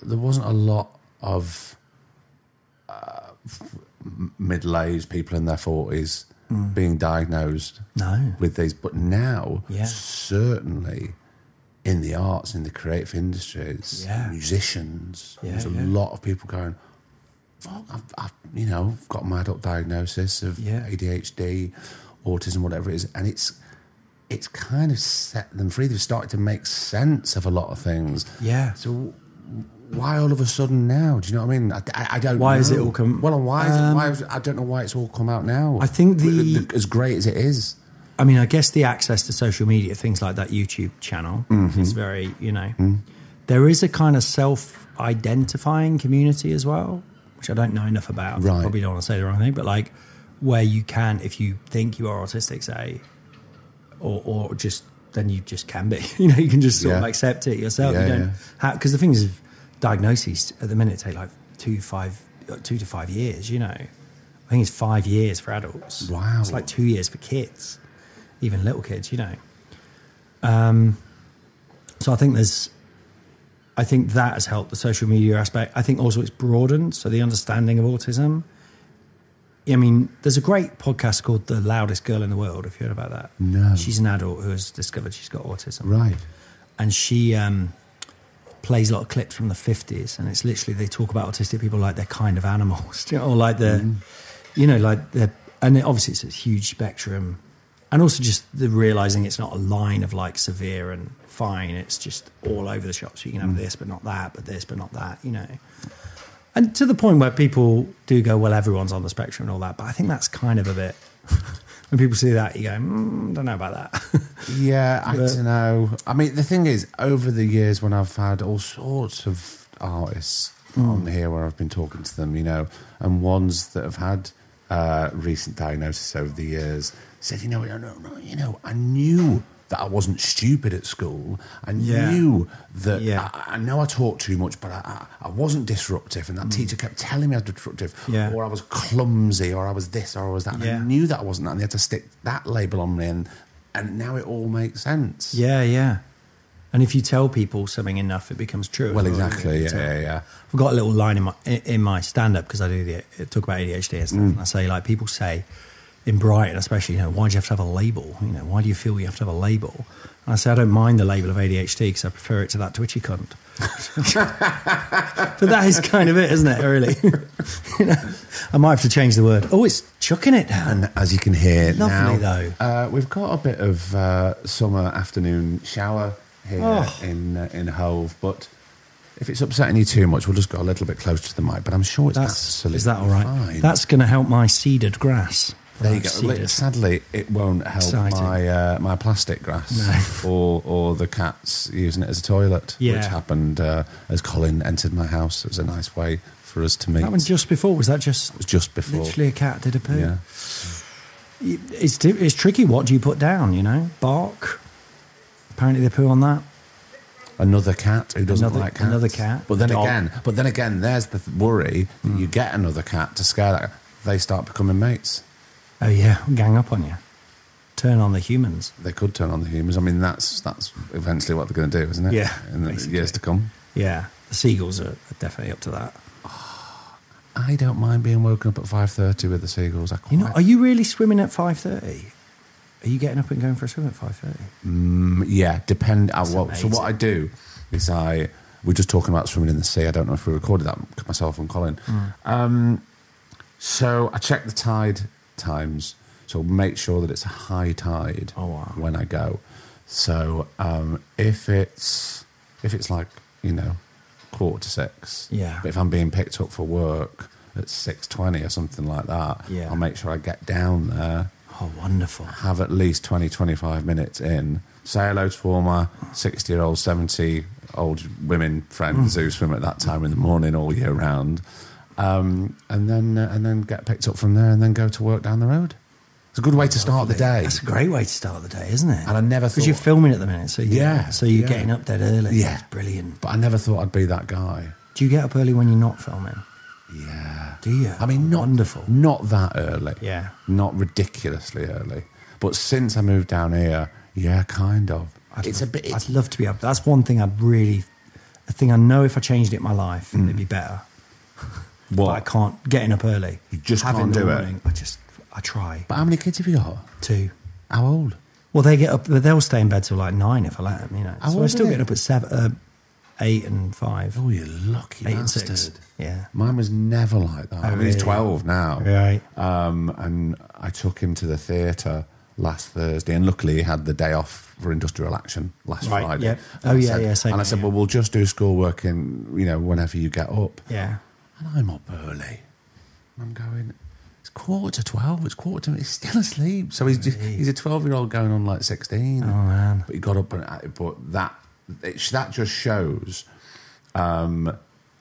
S2: there wasn't a lot of uh, f- middle-aged people in their forties being diagnosed
S3: Mm. No.
S2: with these, but now,
S3: Yeah.
S2: certainly in the arts, in the creative industries,
S3: Yeah.
S2: musicians,
S3: Yeah,
S2: there's a
S3: yeah.
S2: lot of people going. Fuck, I've, I've you know got my adult diagnosis of
S3: Yeah.
S2: ADHD, autism, whatever it is, and it's it's kind of set them free. They've started to make sense of a lot of things.
S3: Yeah.
S2: So w- why all of a sudden now? Do you know what I mean? I, I, I don't.
S3: Why
S2: know.
S3: has it all come-
S2: Well, and why? Is it,
S3: Um,
S2: why is, I don't know why it's all come out now.
S3: I think the-
S2: as great as it is.
S3: I mean, I guess the access to social media, things like that YouTube channel,
S2: Mm-hmm.
S3: is very, you know,
S2: Mm.
S3: there is a kind of self identifying community as well, which I don't know enough about.
S2: Right.
S3: Probably don't want to say the wrong thing, but like where you can, if you think you are autistic, say, or, or just, then you just can be. You know, you can just sort of
S2: Yeah.
S3: accept it yourself.
S2: Yeah,
S3: you don't,
S2: yeah.
S3: because the thing is, diagnoses at the minute take like two, five, uh, two to five years, you know. I think it's five years for adults.
S2: Wow.
S3: It's like two years for kids, even little kids, you know. Um, so I think there's, I think that has helped the social media aspect. I think also it's broadened. So the understanding of autism. I mean, there's a great podcast called The Loudest Girl in the World. If you heard about that,
S2: No.
S3: She's an adult who has discovered she's got autism
S2: Right.
S3: and she um, plays a lot of clips from the 50s and it's literally they talk about autistic people like they're kind of animals you know, or like they're you know like they're and it, obviously it's a huge spectrum and also just the realizing it's not a line of like severe and fine it's just all over the shop so you can have this but not that but this but not that you know and to the point where people do go well everyone's on the spectrum and all that but i think that's kind of a bit when people see that you go mm, don't know about that
S2: Yeah, I
S3: But-
S2: don't know. I mean, the thing is, over the years when I've had all sorts of artists
S3: Hmm.
S2: on here where I've been talking to them, you know, and ones that have had uh, recent diagnosis over the years said, you know, no, no, no, you know, I knew that I wasn't stupid at school. I
S3: Yeah.
S2: knew that
S3: Yeah.
S2: I, I know I talked too much, but I, I, I wasn't disruptive. And that teacher kept telling me I was disruptive,
S3: Hmm. Yeah.
S2: or I was clumsy, or I was this, or I was that. And I
S3: Yeah.
S2: knew that I wasn't that, and they had to stick that label on me, and and now it all makes sense.
S3: Yeah, yeah. And if you tell people something enough, it becomes true.
S2: Well, exactly. Yeah,
S3: So-
S2: yeah, yeah.
S3: I've got a little line in my in my stand up because I do the talk about ADHD and stuff.
S2: Mm.
S3: And I say like people say in Brighton, especially, you know, why do you have to have a label? You know, why do you feel you have to have a label? And I say I don't mind the label of ADHD because I prefer it to that twitchy cunt. but that is kind of it, isn't it? Really, you know, I might have to change the word. Oh, it's chucking it down.
S2: And as you can hear
S3: Lovely,
S2: now,
S3: though.
S2: Uh, we've got a bit of uh, summer afternoon shower here
S3: Oh.
S2: in uh, in Hove, but if it's upsetting you too much, we'll just go a little bit closer to the mic. But I'm sure it's
S3: That's
S2: absolutely
S3: is that all right?
S2: fine.
S3: That's going to help my seeded grass.
S2: There you
S3: I've
S2: go.
S3: seeded.
S2: Look, Sadly, it won't help
S3: Exciting.
S2: my uh, my plastic grass or or the cats using it as a toilet, which
S3: Yeah.
S2: happened uh, as Colin entered my house. It was a nice way for us to meet.
S3: That one's just before. Was that just
S2: it was just before.
S3: literally a cat did a poo?
S2: Yeah.
S3: It's di- it's tricky. What do you put down? You know, bark. Apparently they poo on that.
S2: Another cat who doesn't
S3: Another-
S2: like cats.
S3: another cat.
S2: But then
S3: Dog. Hmm.
S2: again, but then again, there's the th- worry that you get another cat to scare that. They start becoming mates.
S3: Oh yeah, gang up on you. Turn on the humans.
S2: They could turn on the humans. I mean, that's that's eventually what they're going to do, isn't it?
S3: Yeah,
S2: in the
S3: basically.
S2: years to come.
S3: Yeah, the seagulls are are definitely up to that.
S2: I don't mind being woken up at five thirty with the seagulls. I
S3: You know,
S2: quite
S3: are you really swimming at five thirty? Are you getting up and going for a swim at five thirty?
S2: Um, Yeah, depend. I, well, so
S3: amazing.
S2: what I do is I we're just talking about swimming in the sea. I don't know if we recorded that myself and Colin.
S3: Hmm.
S2: Um, so I check the tide times. So make sure that it's a high tide
S3: Oh, wow.
S2: when I go. So um, if it's if it's like you know quarter to six.
S3: Yeah.
S2: But if I'm being picked up for work at six twenty or something like that,
S3: Yeah.
S2: I'll make sure I get down there,
S3: Oh, wonderful.
S2: have at least 20, 25 minutes in, say hello to all my sixty year old, seventy old women
S3: Hmm.
S2: friends who swim at that time in the morning all year round, um, and then uh, and then get picked up from there and then go to work down the road. It's a good way to start the day.
S3: That's a great way to start the day, isn't it?
S2: And I never
S3: because you're
S2: thought-
S3: filming at the minute, so you
S2: Yeah,
S3: so you're
S2: yeah.
S3: getting up dead early.
S2: Yeah.
S3: That's brilliant.
S2: But I never thought I'd be that guy.
S3: Do you get up early when you're not filming?
S2: Yeah.
S3: Do you?
S2: I mean, not
S3: Wonderful.
S2: not that early.
S3: Yeah.
S2: Not ridiculously early. But since I moved down here, yeah, kind of. it's
S3: love,
S2: a bit.
S3: I'd
S2: It's,
S3: love to be up. That's one thing I'd really. A thing I know if I changed it in my life, it'd be better.
S2: Mm. what?
S3: But I can't getting up early.
S2: You just
S3: having
S2: can't
S3: the
S2: do it.
S3: morning, I just I try
S2: But how many kids have you got?
S3: to.
S2: How old?
S3: Well, they get up. They'll stay in bed till like nine if I let them. You know,
S2: How
S3: so
S2: old
S3: I'm
S2: are
S3: still
S2: they?
S3: getting up at seven, uh, eight and five,
S2: Oh, you lucky
S3: eight and
S2: bastard.
S3: six. Yeah. Oh,
S2: Mine was never like that. I mean, he's
S3: really?
S2: 12 now.
S3: Right.
S2: Um, and I took him to the theatre last Thursday, and luckily he had the day off for industrial action last
S3: Right,
S2: Friday.
S3: yep.
S2: And
S3: Oh,
S2: I
S3: yeah,
S2: said-
S3: yeah, same
S2: And I
S3: here,
S2: said,
S3: yeah.
S2: well, we'll just do schoolwork in, you know, whenever you get up.
S3: Yeah.
S2: And I'm up early. I'm going, it's quarter to 12, it's quarter to, he's still asleep. So he's just, he's a 12 year old going on like 16. Oh,
S3: man.
S2: But he got up and, uh, but that, it, that just shows um,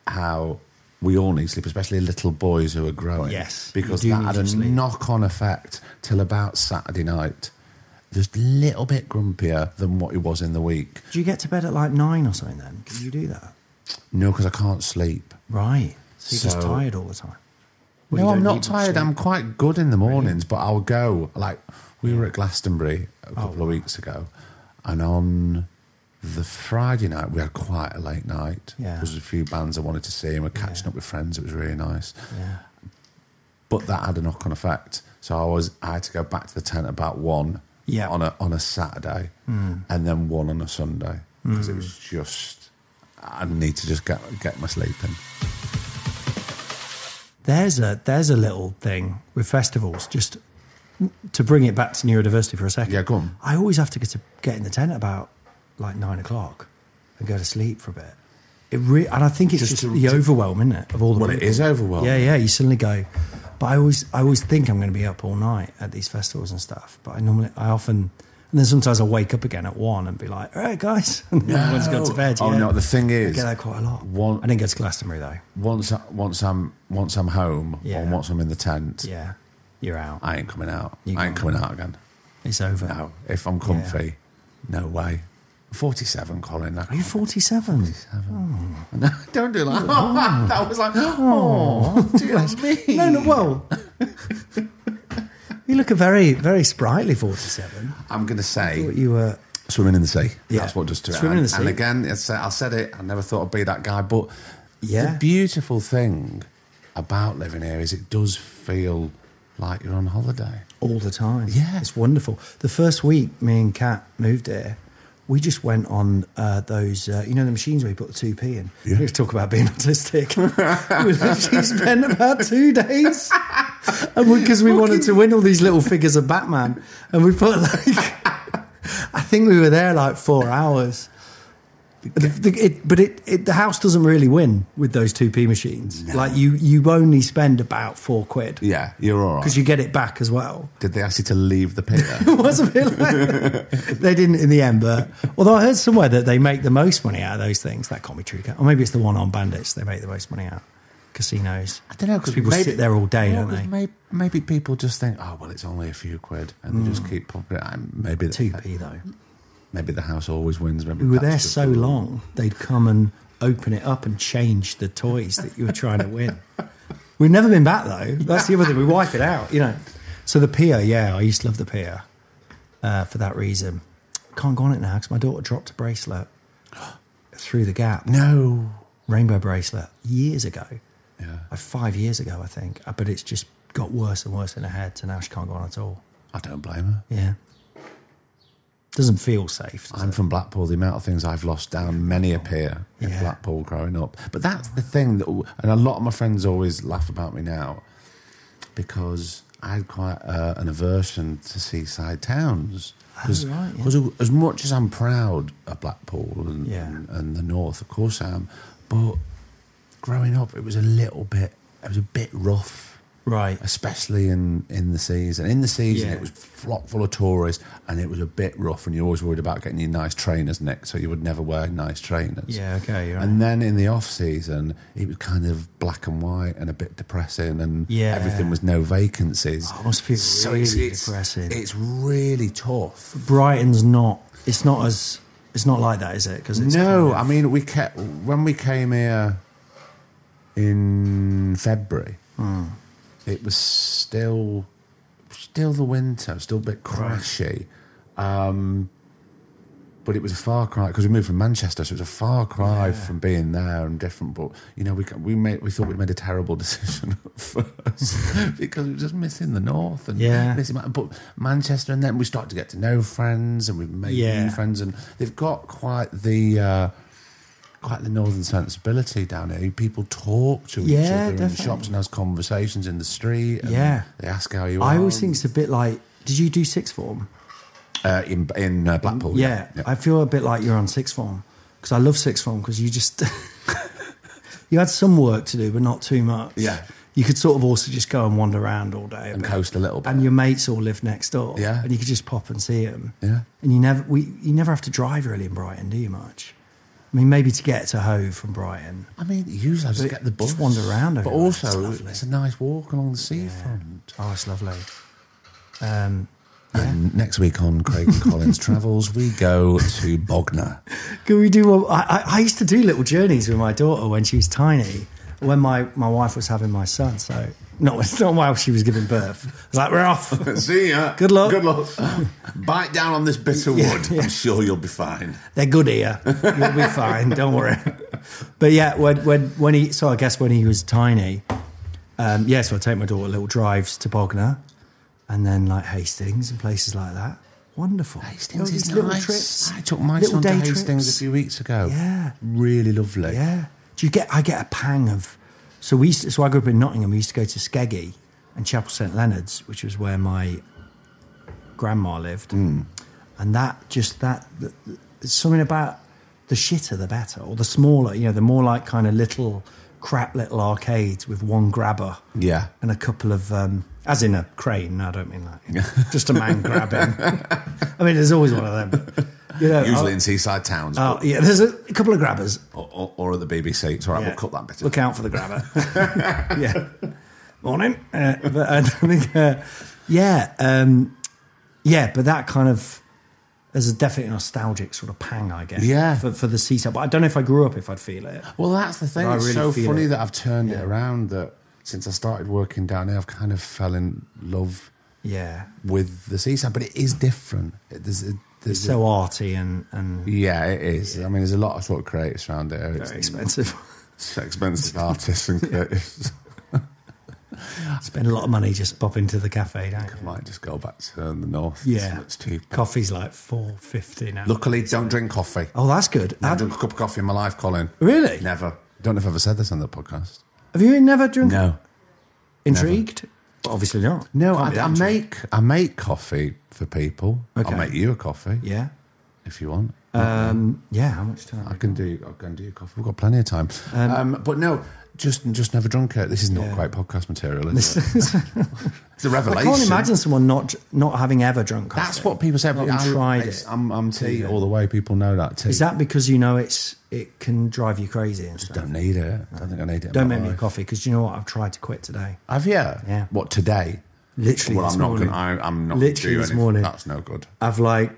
S2: how we all need sleep, especially little boys who are growing.
S3: Yes, you
S2: Because
S3: do
S2: that
S3: need
S2: had
S3: your
S2: a
S3: sleep.
S2: knock on effect till about Saturday night. Just a little bit grumpier than what he was in the week.
S3: Do you get to bed at like nine or something then? Can you do that?
S2: No, because I can't sleep.
S3: Right. So you're just
S2: So-
S3: tired all the time. Well, you
S2: no,
S3: don't
S2: I'm
S3: need
S2: not
S3: much
S2: tired.
S3: sleep.
S2: I'm quite good in the mornings, but I'll go. Like we were at Glastonbury a
S3: Oh,
S2: couple of weeks ago, and on the Friday night we had quite a late night.
S3: Yeah.
S2: there was a few bands I wanted to see, and we're catching up with friends. It was really nice,
S3: Yeah.
S2: but that had a knock on effect. So I was I had to go back to the tent about one.
S3: Yeah. Hmm.
S2: on a on a Saturday, and then one on a Sunday because it was just I need to just get get my sleep in.
S3: There's a there's a little thing with festivals. Just to bring it back to neurodiversity for a second.
S2: Yeah, go on.
S3: I always have to get to get in the tent about like nine o'clock and go to sleep for a bit. It re- and I think it's
S2: Just
S3: just,
S2: to-
S3: the
S2: to-
S3: overwhelm, isn't it, of all the
S2: Well, it
S3: people.
S2: is overwhelming.
S3: Yeah, yeah. You suddenly go, but I always, I always think I'm going to be up all night at these festivals and stuff. But I normally, I often, and then sometimes I wake up again at one and be like, all right, guys, and everyone's gone to bed.
S2: Oh
S3: yeah.
S2: no, the thing
S3: I
S2: is,
S3: get that quite a lot.
S2: One-
S3: I didn't go to Glastonbury though.
S2: once I- once I'm once I'm home
S3: Yeah.
S2: or once I'm in the tent,
S3: Yeah, you're out.
S2: I ain't coming out.
S3: You
S2: I ain't
S3: can't.
S2: coming out again.
S3: it's over.
S2: No, if I'm comfy, no way. Forty-seven, Colin. I
S3: Are you 47?
S2: No, don't do that. that was like, oh, dear me.
S3: No, no. Well, you look a very, very sprightly 47.
S2: I'm going to
S3: I thought
S2: say
S3: you were.
S2: swimming in the sea.
S3: Yeah.
S2: That's what does to it.
S3: Swimming in
S2: and,
S3: the
S2: and
S3: sea.
S2: again, it's, I said it. I never thought I'd be that guy, but
S3: Yeah.
S2: the beautiful thing about living here is it does feel like you're on holiday.
S3: all the time.
S2: Yeah.
S3: it's wonderful. The first week me and Kat moved here, we just went on uh, those, uh, you know, the machines where you put the two p in.
S2: Yeah.
S3: You talk about being autistic. we literally spent about two days, and because we, wanted to win all these little figures of Batman, and we put like, I think we were there like four hours. The- the- it- but it, it, the house doesn't really win with those two p machines. Like you, you only spend about four quid
S2: Yeah, you're all right.
S3: because you get it back as well.
S2: Did they ask you to leave the pier?
S3: It was a bit like they didn't in the end, but although I heard somewhere that they make the most money out of those things, that can't be true. can- Or maybe it's the one on bandits they make the most money out. Casinos.
S2: I don't know because
S3: people sit there all day, don't they?
S2: Maybe, maybe people just think, oh well, it's only a few quid, and they just keep popping it. And maybe
S3: Hmm. Two
S2: the,
S3: p though.
S2: maybe the house always wins. Maybe
S3: We were
S2: that's
S3: there
S2: just
S3: so
S2: the rule.
S3: long they'd come and open it up and change the toys that you were trying to win. We've never been back though. That's the other thing. We wipe it out, you know. So the pier, yeah, I used to love the pier uh, for that reason. Can't go on it now because my daughter dropped a bracelet through the gap.
S2: No.
S3: rainbow bracelet years ago,
S2: Yeah.
S3: like five years ago, I think. Uh, But it's just got worse and worse in her head, so now she can't go on at all.
S2: I don't blame her.
S3: Yeah. Doesn't feel safe. does
S2: I'm from Blackpool. The amount of things I've lost down many a pier in
S3: Yeah.
S2: Blackpool growing up. But that's the thing that, and a lot of my friends always laugh about me now because I had quite uh, an aversion to seaside towns. Because
S3: Oh, right, yeah.
S2: as much as I'm proud of Blackpool and,
S3: Yeah.
S2: and, and the north, of course I am, But growing up, it was a little bit, it was a bit rough,
S3: Right.
S2: especially in, in the season. In the season,
S3: Yeah.
S2: it was flock full of tourists and it was a bit rough. And you're always worried about getting your nice trainers next, so you would never wear nice trainers.
S3: Yeah, okay. you're right.
S2: And then in the off season, it was kind of black and white and a bit depressing, and
S3: Yeah.
S2: everything was no vacancies.
S3: Oh, it must feel really depressing.
S2: It's really tough.
S3: Brighton's not. It's not as. It's not like that, is it? Because
S2: no, I mean we kept when we came here in February.
S3: Hmm.
S2: It was still still the winter, still a bit crashy. Um, but it was a far cry because we moved from Manchester, so it was a far cry from being there and different. But you know, we ca- we made we thought we made a terrible decision at first because we were just missing the north and
S3: Yeah.
S2: missing. Ma- But Manchester, and then we started to get to know friends and we made
S3: Yeah.
S2: new friends, and they've got quite the. Uh, Quite the northern sensibility down here. People talk to each
S3: Yeah,
S2: other in the
S3: definitely.
S2: shops and has conversations in the street. and
S3: Yeah.
S2: they ask how you are.
S3: I always think it's a bit like. Did you do sixth form?
S2: uh, in in uh, Blackpool.
S3: yeah, I feel a bit like you're on sixth form because I love sixth form because you just you had some work to do, but not too much.
S2: Yeah.
S3: you could sort of also just go and wander around all day a
S2: and
S3: bit.
S2: coast a little bit.
S3: and your mates all live next door.
S2: Yeah.
S3: and you could just pop and see them.
S2: Yeah.
S3: and you never we you never have to drive really in Brighton, do you much? I mean, maybe to get to Hove from Brighton.
S2: I mean, usually I just
S3: But
S2: get the bus,
S3: just wander around
S2: But
S3: everywhere, it's
S2: also, it's,
S3: lovely.
S2: a nice walk along the seafront.
S3: Oh, it's lovely. Um,
S2: And next week on Craig and Collins Travels, we go to Bognor.
S3: Can we do one? I, I- I used to do little journeys with my daughter when she was tiny, when my, my wife was having my son. So, not, not while she was giving birth. I was like, we're off.
S2: See ya.
S3: Good luck.
S2: Good luck. Bite down on this bitter wood. I'm sure you'll be fine.
S3: They're good here. You'll be fine. Don't worry. But yeah, when, when, when he, so I guess when he was tiny, um, yeah, so I'd take my daughter little drives to Bognor and then like Hastings and places like that. Wonderful.
S2: Hastings
S3: All these
S2: is
S3: Oh, little
S2: nice.
S3: trips.
S2: I took my
S3: Little
S2: son to
S3: day
S2: Hastings
S3: trips.
S2: a few weeks ago.
S3: Yeah.
S2: Really lovely.
S3: Yeah. Do you get? I get a pang of. So we. Used to, so I grew up in Nottingham. We used to go to Skeggy and Chapel St Leonard's, which was where my grandma lived.
S2: Hmm.
S3: And that just that the, the- it's something about the shitter the better, or the smaller. You know, the more like kind of little crap little arcades with one grabber
S2: Yeah.
S3: and a couple of, um, as in a crane. No, I don't mean that. you know, just a man grabbing. I mean, there's always one of them. You know,
S2: Usually
S3: oh,
S2: in seaside towns
S3: oh, yeah, there's a, a couple of grabbers.
S2: or, or, or at the BBC. It's all right,
S3: Yeah.
S2: we'll cut that bit.
S3: Look out for the grabber. yeah. Morning. Uh, but I think, uh, yeah, um, yeah, but that kind of there's a definite nostalgic sort of pang I get.
S2: Yeah.
S3: For, for the seaside, but I don't know if I grew up if I'd feel it.
S2: Well, that's the thing.
S3: I
S2: it's
S3: really
S2: so
S3: feel
S2: funny
S3: it.
S2: that I've turned it around. That since I started working down here, I've kind of fell in love
S3: Yeah.
S2: with the seaside. But it is different. It, there's, a-
S3: It's
S2: there's a-
S3: so arty and and
S2: yeah, it is. I mean, there's a lot of sort of creatives around here. It's
S3: very expensive.
S2: it's expensive artists and creatives.
S3: Spend a lot of money just pop into the cafe, don't you?
S2: Might just go back to the north.
S3: Yeah.
S2: it's cheap.
S3: Coffee's like four fifty now.
S2: Luckily, don't drink coffee.
S3: Oh, that's good.
S2: Never
S3: Have,
S2: drunk a cup of coffee in my life, Colin.
S3: Really?
S2: Never. Don't know if I've ever said this on the podcast.
S3: have you never drunk?
S2: No.
S3: Intrigued? Obviously not.
S2: No,
S3: Can't
S2: I,
S3: be
S2: I
S3: that intrigued.
S2: make I make coffee for people.
S3: Okay.
S2: I'll make you a coffee
S3: Yeah.
S2: if you want.
S3: Um, yeah. How much time?
S2: I can do. I can do coffee. We've got plenty of time. Um, but no, just just never drunk it. This is not
S3: Yeah.
S2: great podcast material. Is it? It's a revelation.
S3: I can't imagine someone not not having ever drunk coffee.
S2: That's what people say.
S3: Not
S2: I-
S3: even tried
S2: it's-
S3: it.
S2: I'm, I'm tea all the way. People know that tea.
S3: Is that because you know it's it can drive you crazy and stuff?
S2: Don't need it. Don't think I need it. in
S3: Don't
S2: my
S3: make me a
S2: life.
S3: coffee because you know what? I've tried to quit today.
S2: Have you?
S3: Yeah.
S2: What today?
S3: Literally
S2: Well,
S3: this
S2: I'm not.
S3: morning.
S2: Gonna, I, I'm not.
S3: Literally
S2: gonna do
S3: this
S2: anything.
S3: morning.
S2: That's no good.
S3: I've like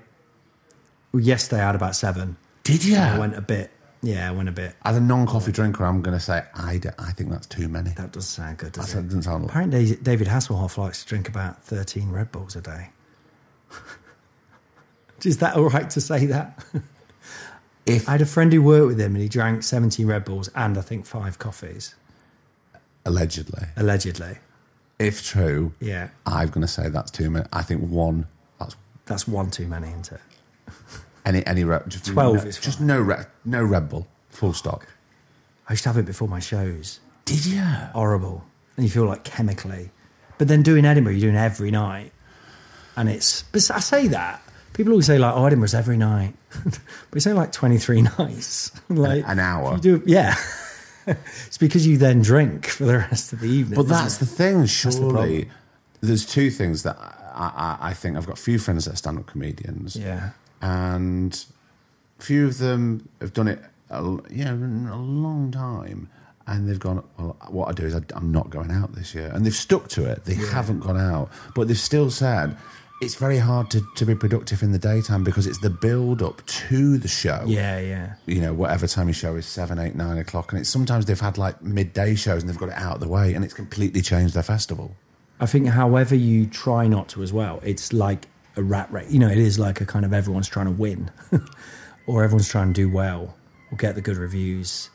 S3: well, yesterday I had about seven.
S2: Did you?
S3: I went a bit. Yeah, I went a bit.
S2: As a non-coffee drinker, I'm going to say I, d- I think that's too many.
S3: That does sound good,
S2: That
S3: doesn't it?
S2: doesn't sound.
S3: Apparently, David Hasselhoff likes to drink about thirteen Red Bulls a day. Is that all right to say that?
S2: If
S3: I had a friend who worked with him, and he drank seventeen Red Bulls and I think five coffees,
S2: allegedly,
S3: allegedly.
S2: if true,
S3: Yeah,
S2: I'm going to say that's too many. I think one. That's
S3: that's one too many, isn't it?
S2: any any rep. Just
S3: 12
S2: No,
S3: is
S2: just no rep. No Red Bull. Full stop.
S3: I used to have it before my shows.
S2: Did you?
S3: Horrible. And you feel like chemically. But then doing Edinburgh, you're doing every night. And it's, but I say that, People always say like, "Oh, Edinburgh's every night," but it's only like twenty three nights, like
S2: an hour.
S3: if You do, yeah. it's because you then drink for the rest of the evening.
S2: But
S3: isn't
S2: that's
S3: it?
S2: the thing,
S3: the problem.
S2: surely. There's two things that I, I, I think I've got a few friends that are stand up comedians.
S3: yeah.
S2: and few of them have done it a, l- yeah in a long time and they've gone well what i do is I, am not going out this year and they've stuck to it they haven't gone out but they've still said it's very hard to, to be productive in the daytime because it's the build up to the show
S3: Yeah, yeah.
S2: you know whatever time your show is seven eight nine o'clock and it's sometimes they've had like midday shows and they've got it out of the way and it's completely changed their festival
S3: I think, however, you try not to as well, it's like a rat race. You know, it is like a kind of everyone's trying to win or everyone's trying to do well or get the good reviews.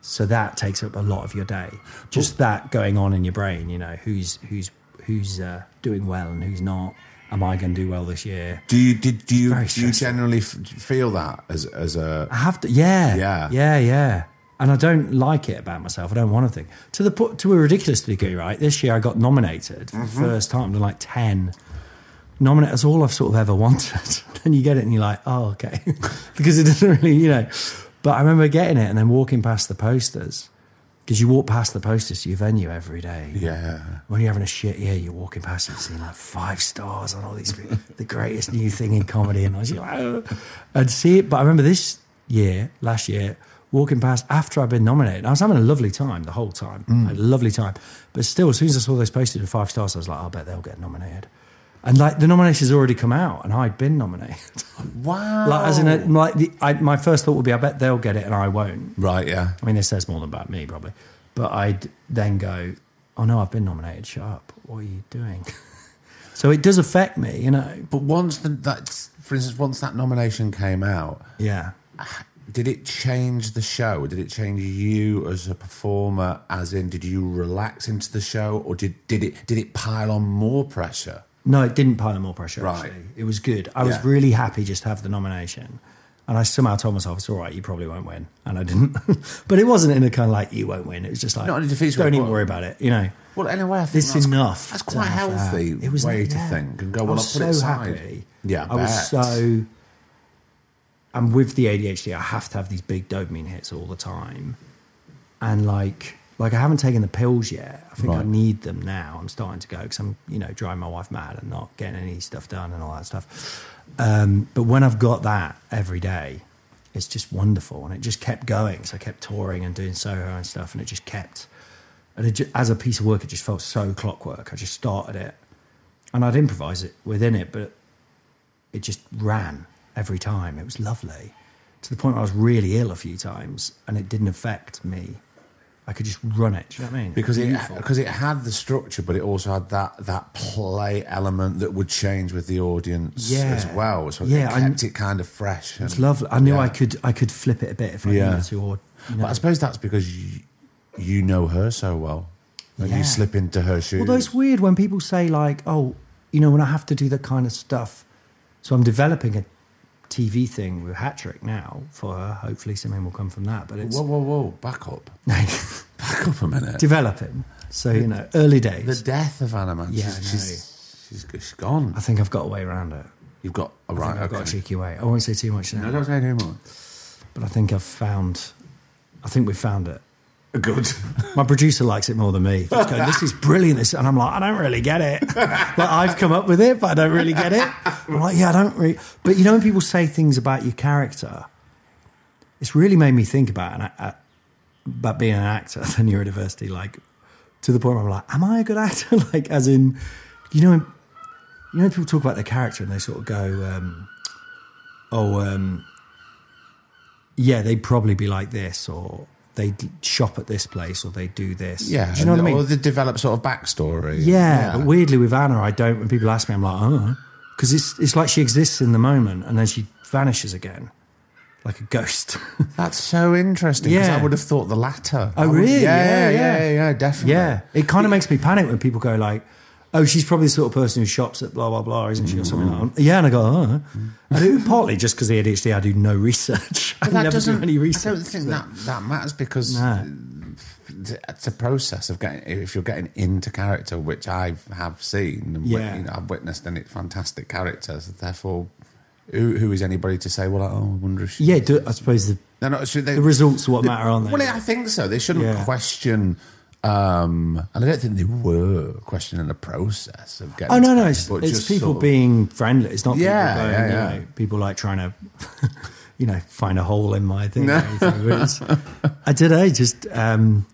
S3: So that takes up a lot of your day. Just that going on in your brain, you know, who's who's who's uh, doing well and who's not. Am I going to do well this year?
S2: do you did do you,
S3: very
S2: do you
S3: stressful.
S2: generally f- feel that as as a
S3: I have to, yeah,
S2: Yeah.
S3: yeah, yeah. And I don't like it about myself. I don't want to think to the po- to a ridiculous degree. Right, this year I got nominated for the first time to like ten. Nominate that's all I've sort of ever wanted. then you get it and you're like, oh, okay, because it doesn't really, you know. But I remember getting it and then walking past the posters because you walk past the posters to your venue every day
S2: yeah
S3: when you're having a shit year, you're walking past and seeing like five stars on all these, the greatest new thing in comedy, and I was like, oh. and see it. But I remember this year, last year, walking past after I'd been nominated, I was having a lovely time the whole time, I had a lovely time. But still, as soon as I saw those posted with five stars, I was like, I bet they'll get nominated. And like the nomination's already come out, and I'd been nominated.
S2: Wow.
S3: like as in, a, like the, I, my first thought would be, I bet they'll get it, and I won't.
S2: right, yeah.
S3: I mean, this says more than about me, probably. But I'd then go, oh no, I've been nominated. Shut up. What are you doing? so it does affect me, you know.
S2: But once the, that's, for instance, once that nomination came out,
S3: Yeah.
S2: did it change the show? Did it change you as a performer? As in, did you relax into the show, or did did it did it pile on more pressure?
S3: No, it didn't pile on more pressure.
S2: Right.
S3: Actually. It was good. I was
S2: Yeah.
S3: really happy just to have the nomination. And I somehow told myself, it's all right, you probably won't win. And I didn't. but it wasn't in a kind of like, you won't win. It was just like,
S2: Not in a
S3: don't
S2: defeative way,
S3: even
S2: but-
S3: worry about it, you know.
S2: Well, anyway, I think
S3: This
S2: that's,
S3: is enough.
S2: That's
S3: to
S2: quite
S3: have that.
S2: healthy way to think and go.
S3: I
S2: Well, I'll put
S3: was
S2: it
S3: so
S2: aside.
S3: happy.
S2: Yeah,
S3: I was
S2: bet.
S3: so. And with the ADHD, I have to have these big dopamine hits all the time, and like, like I haven't taken the pills yet. I think I
S2: Right.
S3: need them now. I'm starting to go because I'm, you know, driving my wife mad and not getting any stuff done and all that stuff. Um, but when I've got that every day, it's just wonderful, and it just kept going. So I kept touring and doing Soho and stuff, and it just kept. And it ju- as a piece of work, it just felt so clockwork. I just started it, and I'd improvise it within it, but it just ran every time. It was lovely to the point where I was really ill a few times, and it didn't affect me. I could just run it. Do you know what I mean?
S2: because it
S3: Beautiful.
S2: because it had the structure, but it also had that that play element that would change with the audience
S3: Yeah.
S2: as well. So
S3: Yeah,
S2: it
S3: I-
S2: kept it kind of fresh.
S3: it's lovely. I knew
S2: Yeah.
S3: I could I could flip it a bit if I
S2: Yeah.
S3: needed to, or you know.
S2: But I suppose that's because you, you know her so well. And
S3: Yeah.
S2: you slip into her shoes.
S3: Although it's weird when people say like, "Oh, you know, when I have to do that kind of stuff," so I'm developing a TV thing with Hattrick now for her. Hopefully, something will come from that. But it's
S2: whoa, whoa, whoa, back up. Back up a minute.
S3: developing. So you know, early days.
S2: the death of Anna, man.
S3: Yeah, I know.
S2: she's, she's, she's, she's gone.
S3: I think I've got a way around it.
S2: You've got, all
S3: I
S2: right,
S3: think I've got a
S2: okay.
S3: cheeky way. I won't say too much now,
S2: No, don't say anymore.
S3: but I think I've found. I think we've found it.
S2: Good.
S3: My producer likes it more than me. He's going, this is brilliant. This, and I'm like, I don't really get it. like I've come up with it, but I don't really get it. I'm like, yeah, I don't really. But you know, when people say things about your character, it's really made me think about an, a, about being an actor at the neurodiversity. Like to the point where I'm like, am I a good actor? like, as in, you know, you know, when people talk about their character and they sort of go, um, oh. um yeah, they'd probably be like this, or they would shop at this place, or they do this.
S2: Yeah.
S3: do you know what I mean?
S2: Or the developed sort of backstory.
S3: yeah, but weirdly with Anna, I don't. When people ask me, I'm like, oh, because it's it's like she exists in the moment and then she vanishes again, like a ghost.
S2: That's so interesting because
S3: Yeah.
S2: I would have thought the latter.
S3: Oh,
S2: I would-
S3: really?
S2: Yeah, yeah,
S3: Yeah,
S2: yeah,
S3: yeah.
S2: yeah, definitely.
S3: yeah, it kind of makes me panic when people go like, oh, she's probably the sort of person who shops at blah blah blah, isn't she, or something like
S2: Mm.
S3: that. Yeah, and I go, oh, I do, partly just because the ADHD, I do no research. I
S2: But that
S3: never
S2: doesn't.
S3: do any research.
S2: I don't think that, that matters because
S3: No.
S2: th- it's a process of getting if you're getting into character, which I have seen and wit-
S3: Yeah.
S2: you know, I've witnessed, and it's fantastic characters. Therefore, who, who is anybody to say, well, oh, I wonder if she.
S3: Yeah, do, I suppose the,
S2: No, no, should they,
S3: the results are what matter, aren't they?
S2: Well, I think so. They shouldn't
S3: Yeah.
S2: question. Um, and I don't think they were questioning the process of getting.
S3: Oh no,
S2: to
S3: no,
S2: that,
S3: it's,
S2: but
S3: it's
S2: just
S3: people
S2: sort of-
S3: being friendly. It's not
S2: Yeah,
S3: people going,
S2: yeah,
S3: you
S2: yeah.
S3: know, people like trying to, you know, find a hole in my thing. or anything, but it's- I did. I just, um,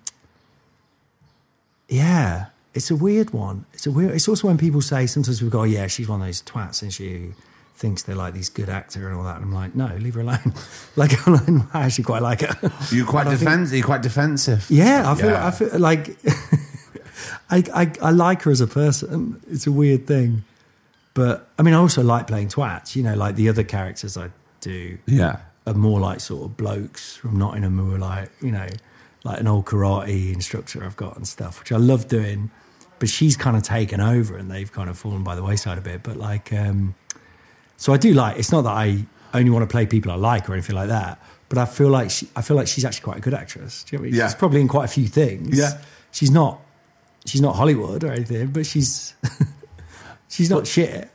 S3: yeah, it's a weird one. It's a weird. It's also when people say sometimes we go, oh, yeah, she's one of those twats, and she thinks they're like these good actor and all that. And I'm like, no, leave her alone. like, I'm- I actually quite like her.
S2: You're quite defensive. You're quite defensive.
S3: Yeah, I feel,
S2: Yeah.
S3: I feel like I, I I like her as a person. It's a weird thing, but I mean, I also like playing twats. You know, like the other characters I do
S2: Yeah.
S3: are more like sort of blokes from Nottingham who are like you know, like an old karate instructor I've got and stuff, which I love doing. But she's kind of taken over, and they've kind of fallen by the wayside a bit. But like, um, so I do like. It's not that I only want to play people I like or anything like that, but I feel like she, I feel like she's actually quite a good actress. Do you know what I mean?
S2: Yeah.
S3: She's probably in quite a few things.
S2: Yeah.
S3: she's not she's not Hollywood or anything, but she's she's not shit.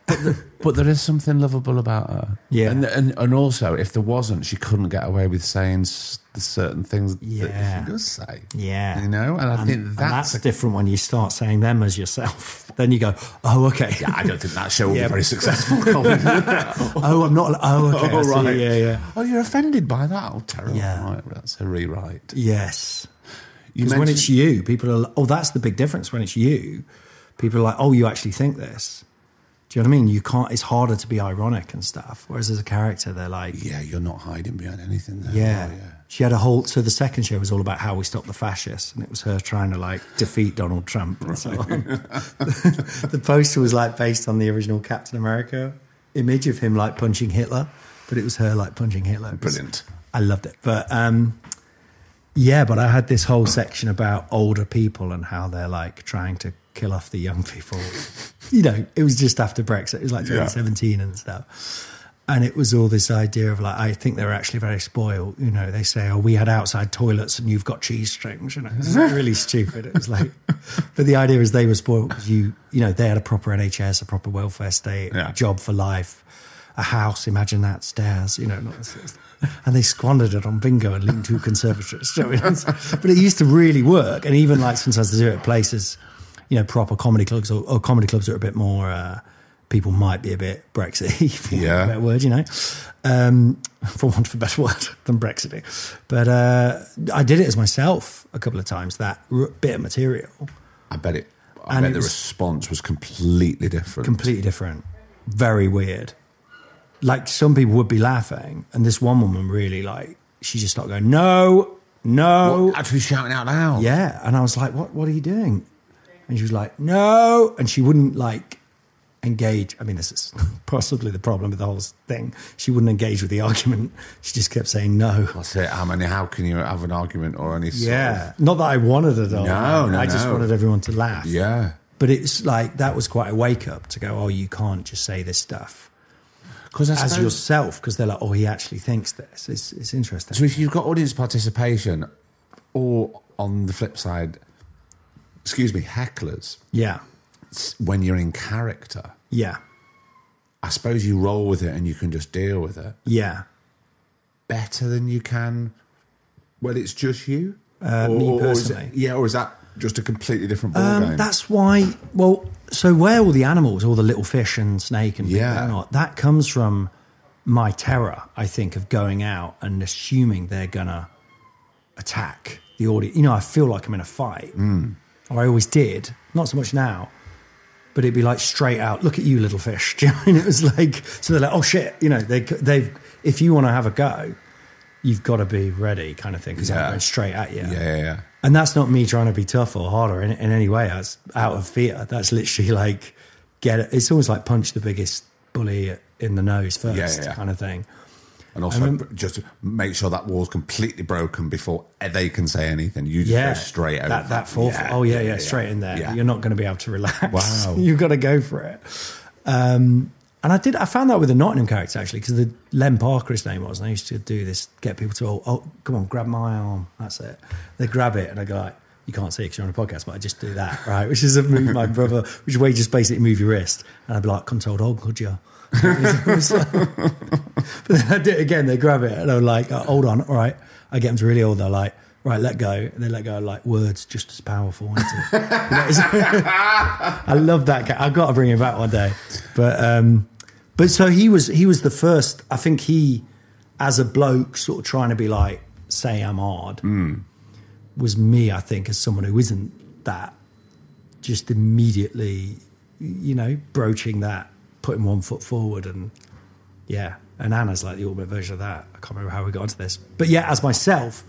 S2: But there is something lovable about her.
S3: Yeah.
S2: And, and and also, if there wasn't, she couldn't get away with saying s- the certain things
S3: Yeah.
S2: that she does say.
S3: Yeah.
S2: You know, and I think
S3: and
S2: that's.
S3: that's
S2: a-
S3: different when you start saying them as yourself. Then you go, oh okay,
S2: yeah, I don't think that show will
S3: Yeah.
S2: be very successful. Colin.
S3: oh I'm not, oh okay, I
S2: Oh,
S3: see.
S2: right.
S3: yeah, yeah,
S2: oh, you're offended by that? Oh, terrible.
S3: Yeah.
S2: Right, that's a rewrite.
S3: yes.
S2: You
S3: Because when
S2: mentioned-
S3: it's you, people are. Oh, that's the big difference. When it's you, people are like, "Oh, you actually think this." Do you know what I mean? You can't. It's harder to be ironic and stuff. Whereas as a character, they're like, "Yeah,
S2: Yeah, you're not hiding behind anything. There, are you?
S3: She had a whole. So the second show was all about how we stop the fascists, and it was her trying to like defeat Donald Trump and so on. the poster was like based on the original Captain America image of him like punching Hitler, but it was her like punching Hitler. It was-
S2: Brilliant.
S3: I loved it. But um, yeah, but I had this whole section about older people and how they're like trying to kill off the young people. you know, it was just after Brexit. It was like
S2: Yeah.
S3: 2017 and stuff. And it was all this idea of like, I think they're actually very spoiled. You know, they say, oh, we had outside toilets and you've got cheese strings. You know, it's really stupid. It was like, but the idea is they were spoiled because you, you know, they had a proper NHS, a proper welfare state,
S2: Yeah.
S3: a job for life, a house. Imagine that stairs, you know. Not, and they squandered it on bingo and leaned to conservatories. So it was- but it used to really work. And even like sometimes they do it at places, you know, proper comedy clubs or, or comedy clubs that are a bit more. Uh, people might be a bit Brexit, for want of
S2: Yeah.
S3: a better word, you know, um, for want of a better word than Brexit. But uh, I did it as myself a couple of times. That r- bit of material.
S2: I bet it. I
S3: And
S2: bet
S3: it
S2: the
S3: was-
S2: response was completely different.
S3: completely different, very weird. Like some people would be laughing, and this one woman really like she just started going, "No, no,
S2: What, actually shouting out loud.
S3: yeah." And I was like, "What? What are you doing?" And she was like, "No," and she wouldn't like engage. I mean, this is possibly the problem with the whole thing. She wouldn't engage with the argument. She just kept saying no.
S2: That's it. How many? How can you have an argument or any? sort
S3: Yeah, not that I wanted it. All.
S2: No, no,
S3: I just
S2: no.
S3: wanted everyone to laugh.
S2: of- yeah.
S3: but it's like that was quite a wake up to go. Oh, you can't just say this stuff.
S2: Because I
S3: as
S2: suppose-
S3: yourself because they're like, oh, he actually thinks this. It's, it's interesting.
S2: So if you've got audience participation, or on the flip side, excuse me, hecklers,
S3: yeah,
S2: s- when you're in character,
S3: yeah,
S2: I suppose you roll with it and you can just deal with it
S3: yeah.
S2: better than you can when it's just you.
S3: Uh, me
S2: is
S3: personally.
S2: it- yeah, or is that just a completely different ball
S3: Um,
S2: game?
S3: that's why. Well, so where all the animals, all the little fish and snake and
S2: Yeah.
S3: yeah. that comes from my terror, I think, of going out and assuming they're gonna attack the audience. You know, I feel like I'm in a fight,
S2: Hmm.
S3: or I always did. Not so much now, but it'd be like straight out. Look at you, little fish. Do you know what I mean? It was like so they're like, oh shit. You know, they they've if you want to have a go, you've got to be ready, kind of thing, because
S2: Yeah.
S3: I'm going straight at you.
S2: yeah, yeah, yeah.
S3: And that's not me trying to be tough or hard or in, in any way. That's out of fear. That's literally like get it. It's almost like punch the biggest bully in the nose first,
S2: Yeah, yeah.
S3: kind of thing.
S2: And also, b- just make sure that wall's completely broken before they can say anything. You just
S3: Yeah,
S2: go straight over
S3: that that fourth. oh yeah, yeah, straight in there.
S2: Yeah.
S3: You're not going to be able to relax.
S2: Wow.
S3: you've got to go for it. Um, and I did. I found that with the Nottingham character actually, because the Len Parker his name was, and I used to do this, get people to oh, oh come on, grab my arm. That's it. They grab it, and I go like, you can't see because you're on a podcast, but I just do that, right? Which is a move my brother, which way you just basically move your wrist, and I'd be like, come to old hog, could you? It was- it was like- but then I do it again. They grab it and I'm like, oh, hold on, all right. I get them to really old. They're like, right, let go. And they let go. Like words, just as powerful. Isn't it? That is- I love that. Guy. I've got to bring him back one day. But um, but so he was he was the first. I think he, as a bloke, sort of trying to be like, say I'm hard, was me. I think as someone who isn't that, just immediately, you know, broaching that, putting one foot forward, and yeah. And Anna's like the ultimate version of that. I can't remember how we got into this, but yeah, as myself.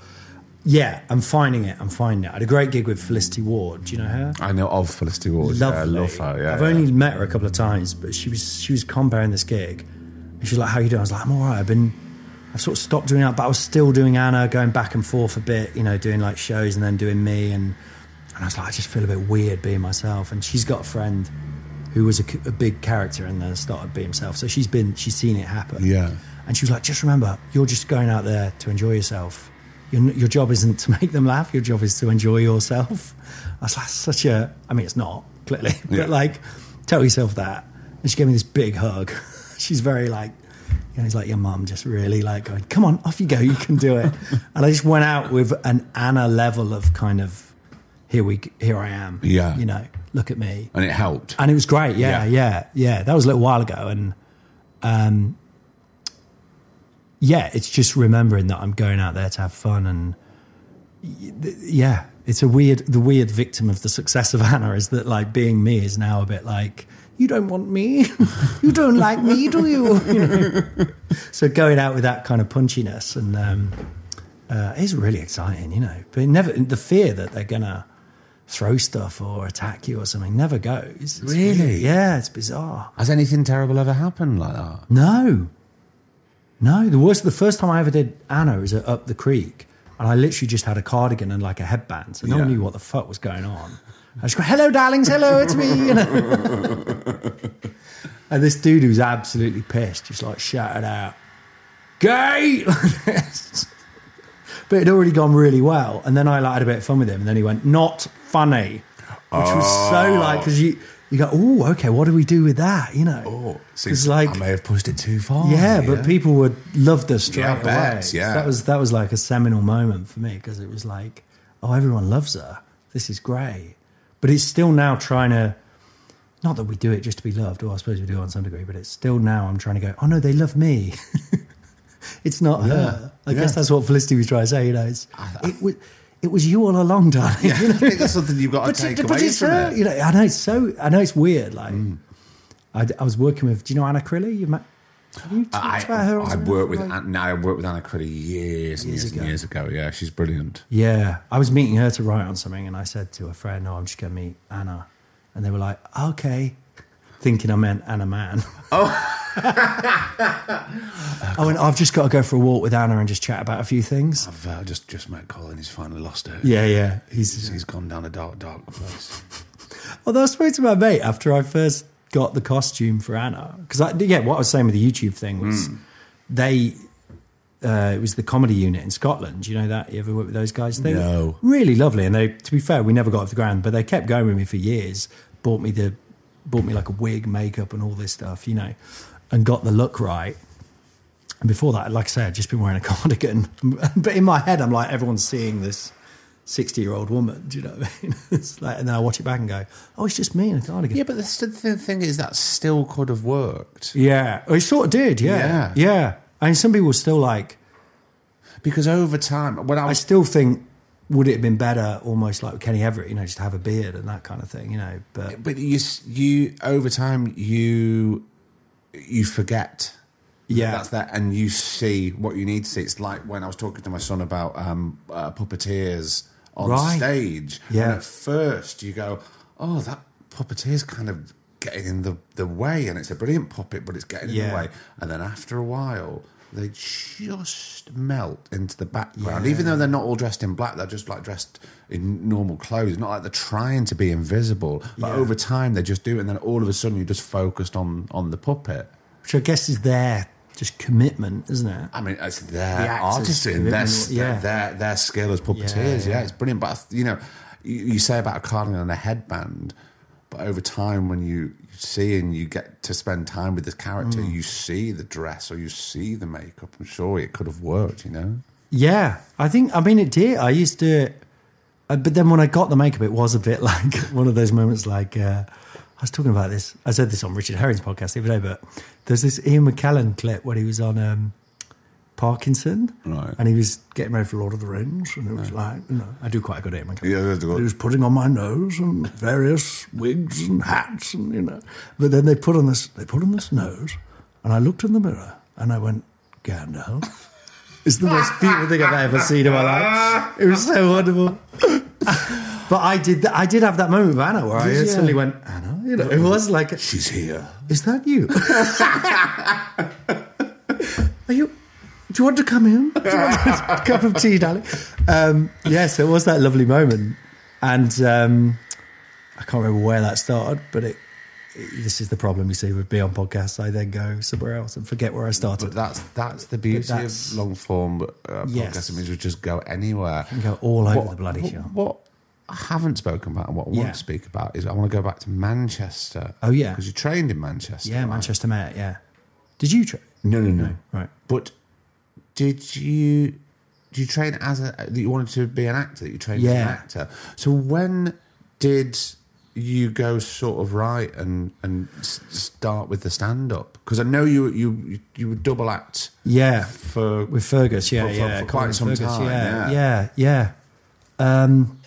S3: Yeah, I'm finding it. I'm finding it. I had a great gig with Felicity Ward. Do you know her?
S2: I know of Felicity Ward. Yeah, I
S3: Lovely.
S2: love her. Yeah,
S3: I've
S2: yeah.
S3: only met her a couple of times, but she was she was comparing this gig, and she was like, "How you doing?" I was like, "I'm all right. I've been, I've sort of stopped doing that, but I was still doing Anna, going back and forth a bit, you know, doing like shows and then doing me, and and I was like, I just feel a bit weird being myself. And she's got a friend who was a, c- a big character and then started being himself, so she's been she's seen it happen.
S2: Yeah.
S3: and she was like, just remember, you're just going out there to enjoy yourself. Your, your job isn't to make them laugh. Your job is to enjoy yourself. I was like, such a. I mean, it's not clearly, but
S2: Yeah.
S3: like, tell yourself that. And she gave me this big hug. She's very like, you know, it's like your mum just really like going, come on, off you go, you can do it. and I just went out with an Anna level of kind of, here we, here I am.
S2: Yeah.
S3: you know, look at me
S2: and it helped.
S3: and it was great. Yeah, yeah, yeah. That was a little while ago, and um, yeah, it's just remembering that I'm going out there to have fun, and y- th- yeah, it's a weird, the weird victim of the success of Anna is that like being me is now a bit like you don't want me, you don't like me, do you? You know? So going out with that kind of punchiness and. Um, uh, it's really exciting, you know. But it never the fear that they're gonna throw stuff or attack you or something never goes. It's
S2: Really?
S3: weird. Yeah, it's bizarre.
S2: Has anything terrible ever happened like that?
S3: No, no. The worst. The first time I ever did Anna was at up the creek, and I literally just had a cardigan and like a headband, so no one
S2: Yeah.
S3: knew what the fuck was going on. I just go, "Hello, darlings. Hello, it's me." You know. and this dude who's absolutely pissed just like shouted out, "Gay!" like this. But it'd already gone really well, and then I like, had a bit of fun with him, and then he went, "Not funny," which was so like because you you go, "Oh, okay, what do we do with that?" You know,
S2: seems-
S3: it's like
S2: Oh, I may have pushed it too far.
S3: yeah, but people would love this straight
S2: Yeah, I bet,
S3: away.
S2: yeah.
S3: that was that was like a seminal moment for me because it was like, oh, everyone loves her. This is great, but it's still now trying to. Not that we do it just to be loved, or I suppose we do on some degree, but it's still now I'm trying to go. Oh no, they love me. it's not her. I guess
S2: yeah.
S3: that's what Felicity was trying to say. You know, it's, it was it was you all along, darling. you know?
S2: I think that's something you've got to
S3: but,
S2: take
S3: it- but
S2: away
S3: it's
S2: from
S3: her.
S2: it. Mm.
S3: You know, I know it's so. I know it's weird. Like, I, I was working with. Do you know Anna Crilly? You met. Have you
S2: I,
S3: talked about her? on
S2: I
S3: something
S2: worked with
S3: like-
S2: An- no, I worked with Anna Critty years and years, and
S3: ago.
S2: years ago. Yeah, she's brilliant.
S3: Yeah, I was meeting her to write on something, and I said to a friend, "Oh, I'm just going to meet Anna," and they were like, "Okay," thinking I meant Anna Man. Oh. I went. I've just got to go for a walk with Anna and just chat about a few things.
S2: I've uh, just just met Colin. He's finally lost it.
S3: Yeah, uh, yeah.
S2: he's he's gone down a dark dark place.
S3: Although I spoke to my mate after I first got the costume for Anna, because I, yeah, what I was saying with the YouTube thing was they, uh, it was the comedy unit in Scotland. You know that you ever worked with those guys? They
S2: No.
S3: were really lovely, and they, to be fair, we never got off the ground, but they kept going with me for years. Bought me the, bought me like a wig, makeup, and all this stuff, you know, and got the look right. And before that, like I said, I'd just been wearing a cardigan. but in my head, I'm like, everyone's seeing this 60 year old woman. Do you know what I mean? It's like, and then I watch it back and go, oh, it's just me in a cardigan.
S2: yeah, but the st- the thing is that still could have worked
S3: Yeah. It sort of did. Yeah.
S2: Yeah.
S3: Yeah. I mean, some people were still like,
S2: because over time, when I
S3: I
S2: was
S3: still think, would it have been better almost like Kenny Everett, you know, just to have a beard and that kind of thing, you know? But
S2: but you s- you over time you you forget
S3: Yeah.
S2: that's that and you see what you need to see it's like when i was talking to my son about um uh, puppeteers on
S3: Right.
S2: stage
S3: Yeah.
S2: and at first you go oh that puppeteer's kind of getting in the the way and it's a brilliant puppet but it's getting in
S3: Yeah.
S2: the way and then after a while they just melt into the background even though they're not all dressed in black they're just like dressed in normal clothes not like they're trying to be invisible but
S3: Yeah.
S2: over time they just do it and then all of a sudden you're just focused on on the puppet
S3: which I guess is their just commitment, isn't it?
S2: I mean, it's
S3: The
S2: their
S3: actors
S2: artisan,
S3: commitment,
S2: their,
S3: yeah.
S2: their, their, their skill as puppeteers.
S3: Yeah,
S2: Yeah,
S3: yeah.
S2: it's brilliant. But, you know, you, you say about a cardigan and a headband, But over time, when you, you see and you get to spend time with this character,
S3: Mm.
S2: you see the dress or you see the makeup. I'm sure it could have worked, you know?
S3: Yeah, I think I mean it did. I used to, uh, but then when I got the makeup, it was a bit like one of those moments. Like uh, I was talking about this. I said this on Richard Herring's podcast the other day, but there's this Ian McKellen clip when he was on um, Parkinson,
S2: Right.
S3: And he was getting ready for Lord of the Rings, and it was like, you know, I do quite a good Ian McKellen.
S2: Yeah, that's good.
S3: He was putting on my nose and various wigs and hats, and you know. But then they put on this, they put on this nose, and I looked in the mirror and I went, Gandalf. It's the most beautiful thing I've ever seen in my life. It was so wonderful. but I did, I did have that moment with Anna where I
S2: Did you?
S3: suddenly went, Anna, you know, it was like,
S2: She's here.
S3: is that you? Are you? Do you want to come in? Do you want a cup of tea, darling? Um, yes, it was that lovely moment, and um, I can't remember where that started, but it. it- This is the problem you see with being on podcasts. I then go somewhere else and forget where I
S2: But
S3: started.
S2: that's that's the beauty
S3: that's-
S2: of long form uh,
S3: Yes.
S2: podcasting means we just go anywhere.
S3: You go all over the bloody
S2: what,
S3: shop.
S2: what I haven't spoken about and what I want
S3: Yeah.
S2: to speak about is I want to go back to Manchester.
S3: Oh, yeah.
S2: because you trained in Manchester.
S3: Yeah,
S2: right?
S3: Manchester Met. Yeah, did you? Tra-
S2: No, no, no.
S3: right.
S2: But did you do you train as a that you wanted to be an actor? That you trained as an
S3: Yeah.
S2: actor. So when did you go sort of right and and s- start with the stand up? Because I know you you you would double act
S3: Yeah,
S2: for
S3: with Fergus. Yeah,
S2: for- for-
S3: yeah,
S2: for quite
S3: Colin
S2: some time,
S3: Yeah,
S2: yeah.
S3: yeah, yeah. Um,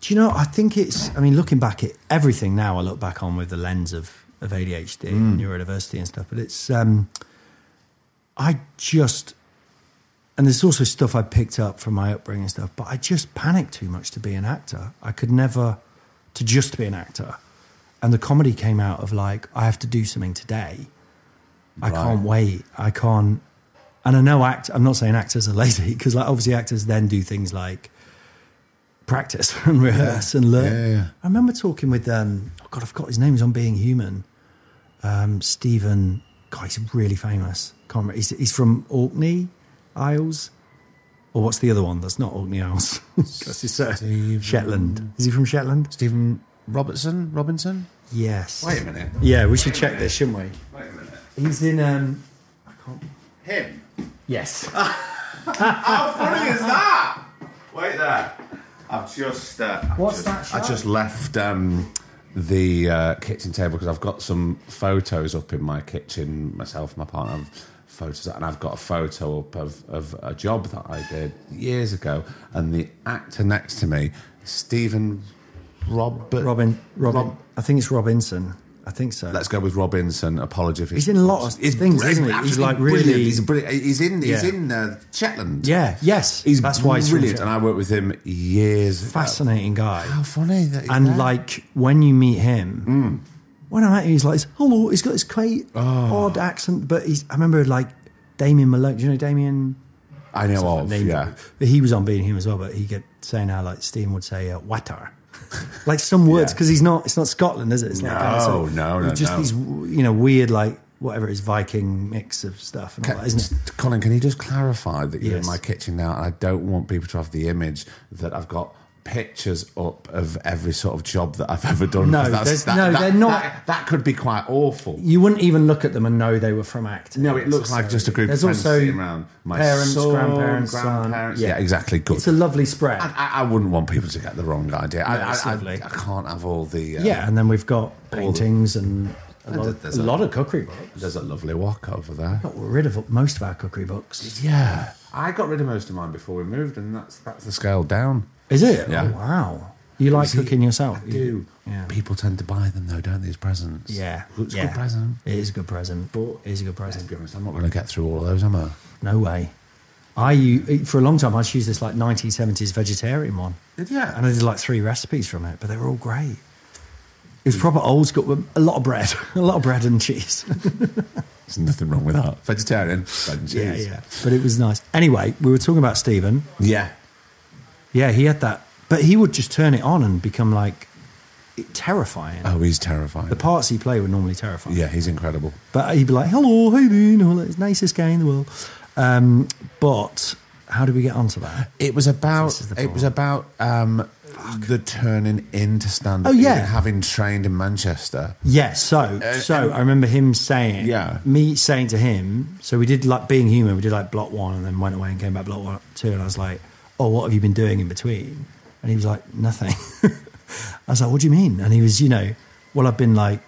S3: do you know? I think it's. I mean, looking back at everything now, I look back on with the lens of of ADHD and
S2: Mm.
S3: neurodiversity and stuff. But it's. Um, I just. And there's also stuff I picked up from my upbringing and stuff, but I just panicked too much to be an actor. I could never, to just be an actor. And the comedy came out of like, I have to do something today. I can't wait. I can't. And I know act. I'm not saying actors are lazy because like obviously actors then do things like practice and rehearse and learn.
S2: Yeah, yeah.
S3: I remember talking with um, oh God, I forgot his name. He's on Being Human. Um, Stephen, God, he's really famous. Can't remember. He's, he's from Orkney Isles, or what's the other one? That's not Orkney Isles. That's his sir.
S2: Stephen- Mm.
S3: Shetland. Is he from Shetland?
S2: Stephen Robertson Robinson.
S3: Yes.
S2: Wait a minute.
S3: Yeah, we should check this, shouldn't we?
S2: Wait a minute.
S3: He's in. Um, I can't.
S2: Him.
S3: Yes.
S2: How funny is that? Wait there. I've just. Uh, I've
S3: What's
S2: just,
S3: that
S2: I
S3: shot?
S2: just left um, the uh, kitchen table because I've got some photos up in my kitchen. Myself, and my partner, have photos, and I've got a photo up of, of a job that I did years ago, and the actor next to me, Stephen Robert.
S3: Robin, Robin,
S2: Rob-
S3: I think it's Robinson. I think so.
S2: Let's go with Robinson. Apology if
S3: He's in a lot of things,
S2: br-
S3: isn't he? He's
S2: absolutely
S3: like really-
S2: brilliant. He's, a brilliant. he's in. He's
S3: Yeah.
S2: in uh, Shetland.
S3: yeah, yes,
S2: He's
S3: that's why he's from
S2: brilliant,
S3: Shetland.
S2: and I worked with him years. ago.
S3: fascinating guy.
S2: How funny that! Mm. he's
S3: And
S2: there.
S3: like when you meet him, when I met him, he's like, "Hello." He's got this quite
S2: Oh.
S3: odd accent, but he's. I remember like Damien Malone. Do you know Damien?
S2: I know of,
S3: Name
S2: yeah.
S3: But he was on Being Human as well. But he kept saying how like Steen would say uh, "watter," like some words
S2: Yeah.
S3: because he's not. It's not Scotland, is it? It's like, uh,
S2: No, no, no,
S3: Just
S2: no.
S3: these you know weird like whatever it is Viking mix of stuff and all that, isn't it?
S2: Colin, can you just clarify that you're in
S3: Yes.
S2: my kitchen now? And I don't want people to have the image that I've got pictures up of every sort of job that I've ever done.
S3: No,
S2: 'cause
S3: there's- no, they're not-
S2: That, that could be quite awful.
S3: you wouldn't even look at them and know they were from acting.
S2: No, it looks like just a group
S3: There's
S2: of friends
S3: also
S2: sitting around. My
S3: parents,
S2: son,
S3: grandparents, son.
S2: grandparents.
S3: Yeah.
S2: Yeah. exactly. Good.
S3: It's a lovely spread.
S2: I, I- I wouldn't want people to get the wrong idea. I,
S3: No, it's
S2: I, I,
S3: lovely.
S2: I can't have all the. Uh,
S3: yeah, and then we've got paintings and a
S2: And
S3: lot,
S2: there's
S3: of, a
S2: a-
S3: lot of cookery books.
S2: There's a lovely walk over there.
S3: Got rid of most of our cookery books.
S2: Yeah. I got rid of most of mine before we moved, and that's that's the scale down.
S3: Is it?
S2: Yeah.
S3: Oh, wow. You like cooking yourself?
S2: I do.
S3: Yeah.
S2: People tend to buy them though, don't they? As presents.
S3: Yeah.
S2: It's a
S3: yeah.
S2: good present.
S3: It is a good present. But it is a good
S2: To
S3: present.
S2: be honest, I'm not going to get through all of those, am I?
S3: No way. I u- for a long time I used this like 1970s vegetarian one.
S2: Did ya?
S3: And I did like three recipes from it, but they were all great. It was proper old school. but A lot of bread, a lot of bread and cheese.
S2: There's nothing wrong with that. Vegetarian. bread and
S3: yeah,
S2: cheese.
S3: yeah. But it was nice. Anyway, we were talking about Stephen.
S2: Yeah.
S3: Yeah, he had that, but he would just turn it on and become like terrifying.
S2: Oh, he's terrifying.
S3: The parts he played were normally terrifying.
S2: yeah, he's incredible.
S3: But he'd be like, hello, how you doing? All that. It's the nicest guy in the world. Um, but How did we get onto that?
S2: It was about
S3: This is the
S2: it was
S3: problem.
S2: about um, the turning into stand up.
S3: Oh, yeah.
S2: having trained in Manchester.
S3: Yes. So, so I remember him saying,
S2: Uh, Yeah.
S3: me saying to him. So we did like being human. We did like block one, and then went away and came back block one two, and I was like, oh, what have you been doing in between? And he was like, nothing. I was like, what do you mean? And he was, you know, well, I've been like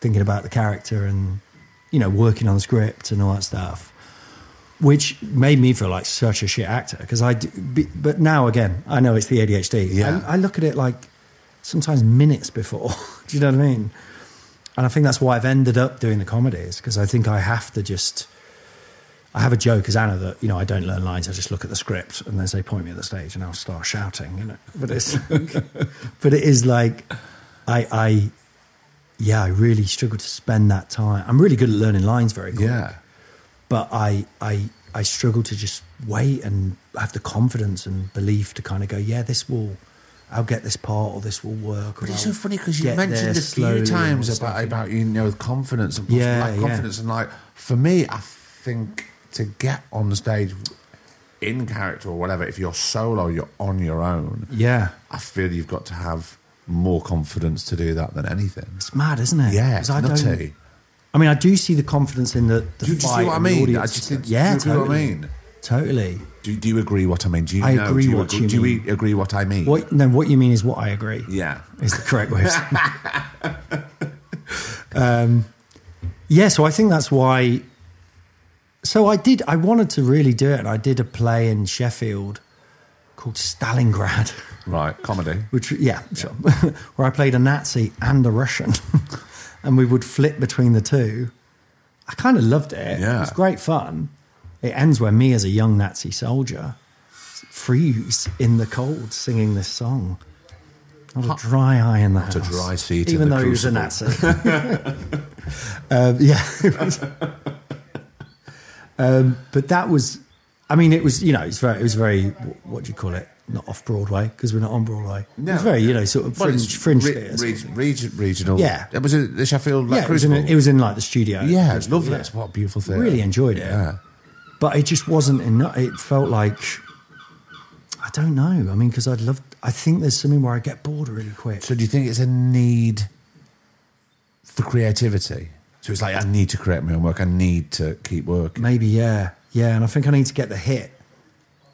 S3: thinking about the character and you know working on the script and all that stuff which made me feel like such a shit actor because I. Do, be- but now again, I know it's the ADHD.
S2: Yeah.
S3: I, I look at it like sometimes minutes before. do you know what I mean? And I think that's why I've ended up doing the comedies because I think I have to just. I have a joke as Anna that you know I don't learn lines. I just look at the script and then they point me at the stage and I'll start shouting. You know, but it's but it is like I I yeah I really struggle to spend that time. I'm really good at learning lines very quick
S2: Yeah,
S3: but I I I struggle to just wait and have the confidence and belief to kind of go, yeah, this will, I'll get this part or this will work.
S2: but
S3: or
S2: it's
S3: I'll
S2: so funny because you
S3: get there
S2: mentioned a
S3: slowly
S2: few
S3: and all
S2: times
S3: this
S2: about
S3: stuff.
S2: about you know confidence and
S3: Yeah,
S2: like
S3: yeah.
S2: confidence and like for me, I think to get on the stage in character or whatever, if you're solo, you're on your own.
S3: yeah,
S2: I feel you've got to have more confidence to do that than anything.
S3: it's mad, isn't it?
S2: Yeah,
S3: 'Cause
S2: it's
S3: I don't-
S2: nutty.
S3: I mean, I do see the confidence in the, the
S2: Do you do you
S3: fight
S2: see what I
S3: and the
S2: mean?
S3: audience
S2: I just
S3: and
S2: did,
S3: stuff. yeah,
S2: do you know
S3: totally.
S2: what I mean?
S3: Totally.
S2: Do, do you agree what I mean? Do you
S3: I
S2: know?
S3: agree
S2: do you
S3: what
S2: agree,
S3: you
S2: do
S3: mean.
S2: we agree what I mean?
S3: What no, what you mean is what I agree.
S2: Yeah.
S3: is the correct way. Of saying it. um,
S2: Um,
S3: yeah, so I think that's why. So I did. I wanted to really do it, and I did a play in Sheffield called Stalingrad,
S2: Right. Comedy.
S3: which yeah, sure, where I played a Nazi and a Russian, and we would flip between the two. I kind of loved it. It
S2: Yeah.
S3: was great fun. It ends where me as a young Nazi soldier freeze in the cold singing this song. Not a dry eye in the Not
S2: a dry seat in
S3: Even
S2: the
S3: though he was a Nazi. um, yeah. it was- um, but that was, I mean, it was, you know, it's very, it was very, wh- what do you call it? Not off Broadway, because we're not on Broadway. It was very, you know, sort of
S2: Well, it's
S3: fringe, fringe
S2: re-
S3: theatres.
S2: re- reg- regional.
S3: Yeah.
S2: It was a, the Sheffield like,
S3: yeah, it was, in,
S2: Crucible.
S3: it was in like the studio.
S2: yeah, it's lovely.
S3: Yeah.
S2: It's what a beautiful thing.
S3: Really enjoyed it.
S2: Yeah.
S3: but it just wasn't enough. It felt like I don't know. I mean, because I'd love. I think there's something where I get bored really quick.
S2: So do you think it's a need for creativity? So it's like I need to create my own work. I need to keep working.
S3: Maybe yeah, yeah. And I think I need to get the hit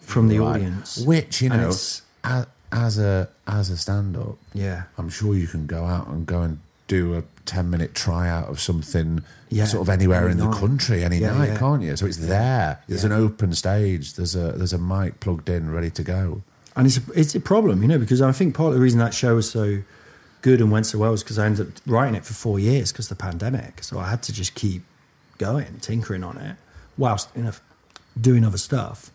S3: from the
S2: Right.
S3: audience,
S2: Which you
S3: And
S2: know,
S3: it's-
S2: as, as a as a stand up,
S3: Yeah.
S2: I'm sure you can go out and go and do a ten minute tryout of something,
S3: Yeah.
S2: sort of anywhere
S3: Any
S2: in the
S3: night.
S2: country, any
S3: Yeah,
S2: night,
S3: yeah.
S2: can't you? So it's there. There's
S3: Yeah.
S2: an open stage. There's a there's a mic plugged in, ready to go.
S3: and it's a, it's a problem, you know, because I think part of the reason that show was so good and went so well is because I ended up writing it for four years because the pandemic. So I had to just keep going, tinkering on it, whilst you know doing other stuff.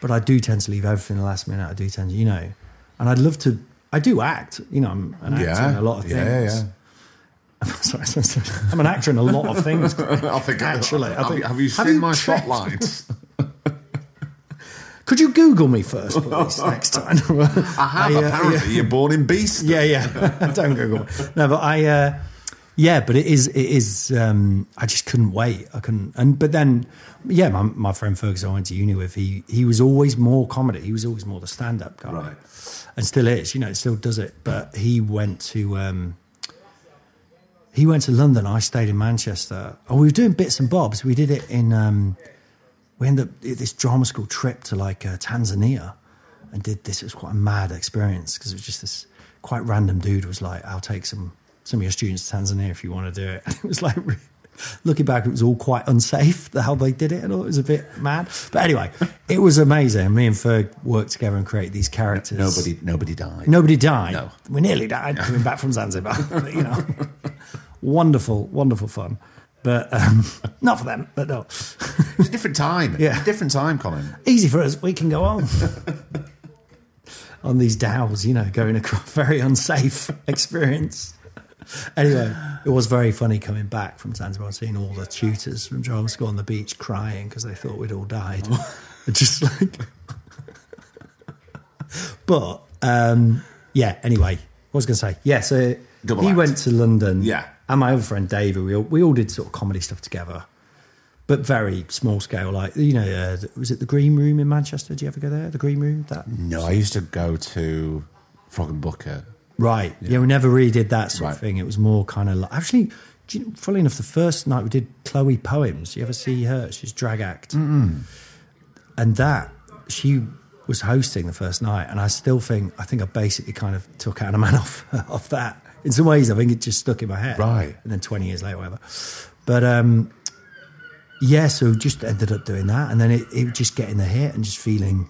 S3: But I do tend to leave everything the last minute. I do tend, to, you know, and I'd love to. I do act, you know. I'm an actor in a lot of things.
S2: yeah, yeah.
S3: Sorry, sorry, sorry. I'm an actor in a lot of things.
S2: I think
S3: Actually, I
S2: have,
S3: think-
S2: you- have you
S3: have
S2: seen
S3: you
S2: my
S3: checked?
S2: spotlights?
S3: Could you Google me first, please, next time?
S2: I have.
S3: I, uh,
S2: apparently, you're born in beast.
S3: yeah, yeah. Don't Google. it. No, but I, uh, yeah, but it is, it is. Um, I just couldn't wait. I couldn't, and but then, yeah, my, my friend Fergus, I went to uni with. He he was always more comedy. He was always more the stand up guy,
S2: Right.
S3: And still is, you know, still does it. But he went to. Um, he went to London. I stayed in Manchester. Oh, we were doing bits and bobs. We did it in. Um, we ended up at this drama school trip to like uh, Tanzania, and did this. It was quite a mad experience because it was just this quite random dude was like, "I'll take some some of your students to Tanzania if you want to do it." it was like. re- Looking back, it was all quite unsafe the- how they did it, and all it was a bit mad. But anyway, it was amazing. Me and Ferg worked together and created these characters.
S2: Nobody, nobody died.
S3: Nobody died.
S2: No.
S3: We nearly died coming back from Zanzibar. But, you know, wonderful, wonderful fun. But um, not for them, but no.
S2: It's a different time.
S3: Yeah.
S2: different time, Colin.
S3: Easy for us. We can go on. on these dowels, you know, going across very unsafe experience. Anyway, it was very funny coming back from Zanzibar and seeing all the tutors from drama school on the beach crying because they thought we'd all died.
S2: Oh.
S3: Just like. but, um, yeah, anyway, what was going to say? Yeah, so
S2: Double
S3: he
S2: act.
S3: went to London.
S2: Yeah.
S3: And my other friend, David, we all, we all did sort of comedy stuff together. but very small scale. Like you know, uh, th- was it the Green Room in Manchester? Do you ever go there? The Green Room? That
S2: No, I used to go to Frog and Bucket.
S3: right? Yeah, we never really did that sort of
S2: Right.
S3: thing. It was more kind of like, actually. Do you know, funnily enough, the first night we did Chloe poems. You ever see her? She's drag act, and that she was hosting the first night, and I still think I think I basically kind of took Anna Man off off that. In some ways, I think it just stuck in my head.
S2: Right.
S3: and then twenty years later, whatever. But um, yeah, so just ended up doing that, and then it, it was just getting the hit and just feeling.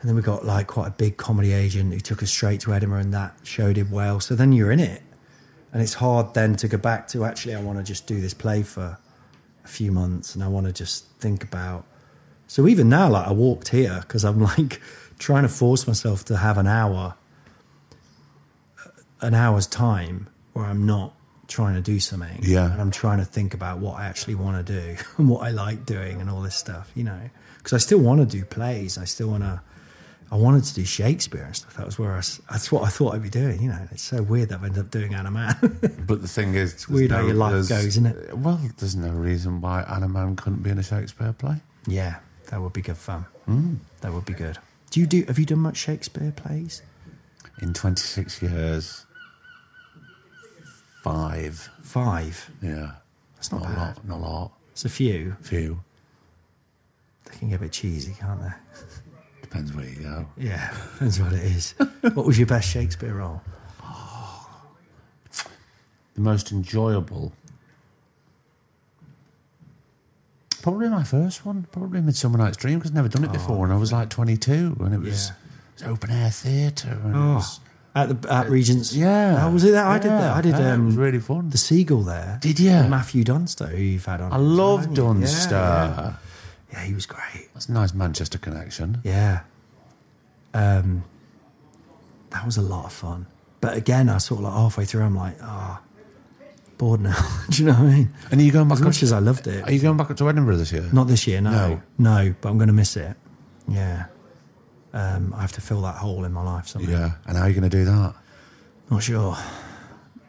S3: And then we got like quite a big comedy agent who took us straight to Edinburgh, and that show did well. So then you're in it, and it's hard then to go back to actually I want to just do this play for a few months, and I want to just think about. So even now, like I walked here because I'm like trying to force myself to have an hour, uh, an hour's time where I'm not trying to do something,
S2: Yeah.
S3: and I'm trying to think about what I actually want to do and what I like doing and all this stuff, you know. Because I still want to do plays. I still want to. I wanted to do Shakespeare and stuff. That was where I. s- That's what I thought I'd be doing, you know. And it's so weird that I ended up doing Anna Man.
S2: But the thing is, it's
S3: weird how your life goes, isn't it?
S2: Well, there's no reason why Anna Man couldn't be in a Shakespeare play.
S3: yeah, that would be good fun. Mm. That would be good. Do you do? Have you done much Shakespeare plays?
S2: In 26 years, five.
S3: Five.
S2: Yeah.
S3: That's not,
S2: Not a
S3: bad.
S2: lot, not a lot.
S3: It's a few.
S2: Few.
S3: They can get a bit cheesy, can't they?
S2: Depends where you go.
S3: Yeah, depends what it is. what was your best Shakespeare role?
S2: The most enjoyable. Probably my first one. Probably Midsummer Night's Dream because I'd never done it before, and I was like 22, and
S3: Oh. Yeah.
S2: it was,
S3: Oh.
S2: it was open air theatre. and it was-
S3: At the at Regent's.
S2: Oh. yeah.
S3: How was it that I did that?
S2: Yeah,
S3: I did
S2: yeah, it was
S3: um,
S2: really fun.
S3: the seagull there.
S2: Did ya?
S3: Matthew Dunster, who you've had on.
S2: I love
S3: Yeah,
S2: Dunster.
S3: Yeah, Yeah, he was great.
S2: That's a nice Manchester connection.
S3: Yeah. Um, that was a lot of fun. But again, I sort of like halfway through, I'm like, ah, bored now. Do you know what I mean?
S2: And are you going back
S3: As
S2: up
S3: much
S2: to,
S3: as I loved it,
S2: Are you going back up to Edinburgh this year?
S3: not this year, no,
S2: No.
S3: no, but I'm going to miss it. Yeah. Um, I have to fill that hole in my life somehow.
S2: Yeah. And how are you going to do that?
S3: Not sure.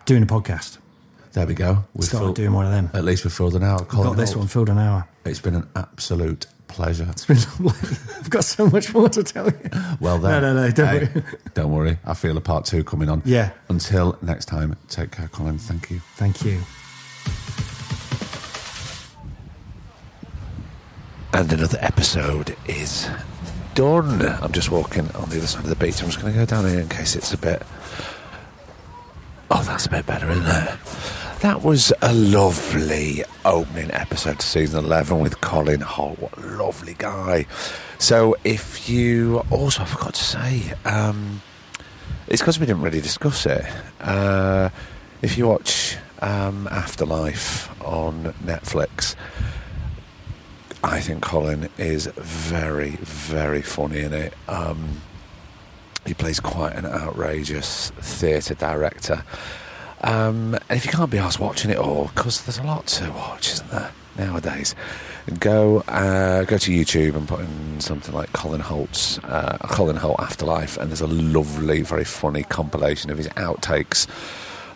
S3: Doing a podcast.
S2: There we go. We've
S3: Started
S2: filled-
S3: doing one of them.
S2: At least we've filled an hour. Uh, Colin
S3: Got this
S2: Holt,
S3: one filled an hour.
S2: It's been an absolute pleasure.
S3: It's been lovely. I've got so much more to tell you.
S2: Well then,
S3: No, no, no, don't
S2: hey,
S3: worry.
S2: don't worry. I feel a part two coming on.
S3: Yeah.
S2: Until next time, take care, Colin. Thank you.
S3: Thank you.
S1: And another episode is done. I'm just walking on the other side of the beach. I'm just going to go down here in case it's a bit. Oh, that's a bit better, isn't it? That was a lovely opening episode to season 11 with Colin Holt. What a lovely guy. So, if you also, I forgot to say, um, it's because we didn't really discuss it. Uh, if you watch um, Afterlife on Netflix, I think Colin is very, very funny in it. Um, he plays quite an outrageous theatre director. Um, and if you can't be asked watching it all, because there's a lot to watch, isn't there, nowadays? Go uh, go to YouTube and put in something like Colin Holt's uh, Colin Holt Afterlife, and there's a lovely, very funny compilation of his outtakes.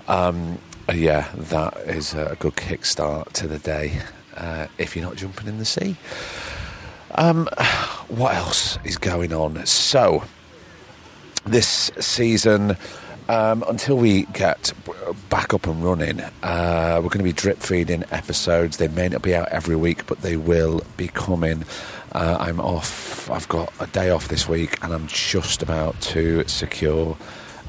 S1: Um, yeah, that is a good kickstart to the day uh, if you're not jumping in the sea. Um, what else is going on? So, this season, um, until we get back up and running, uh, we're going to be drip feeding episodes. They may not be out every week, but they will be coming. Uh, I'm off. I've got a day off this week, and I'm just about to secure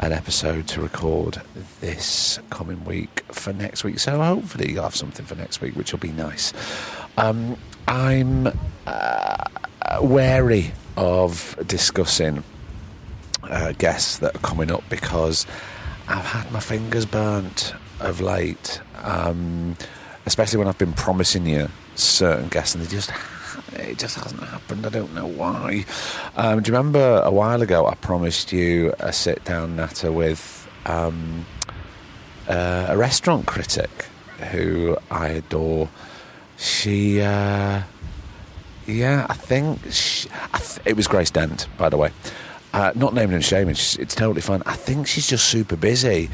S1: an episode to record this coming week for next week. So hopefully you'll have something for next week, which will be nice. Um, I'm uh, wary of discussing uh, guests that are coming up because I've had my fingers burnt of late, um, especially when I've been promising you certain guests and they just it just hasn't happened. I don't know why. Um, do you remember a while ago I promised you a sit down natter with um, uh, a restaurant critic who I adore. She. Uh, yeah, I think she, I th- it was Grace Dent, by the way. Uh, not naming and shaming, she's, it's totally fine. I think she's just super busy.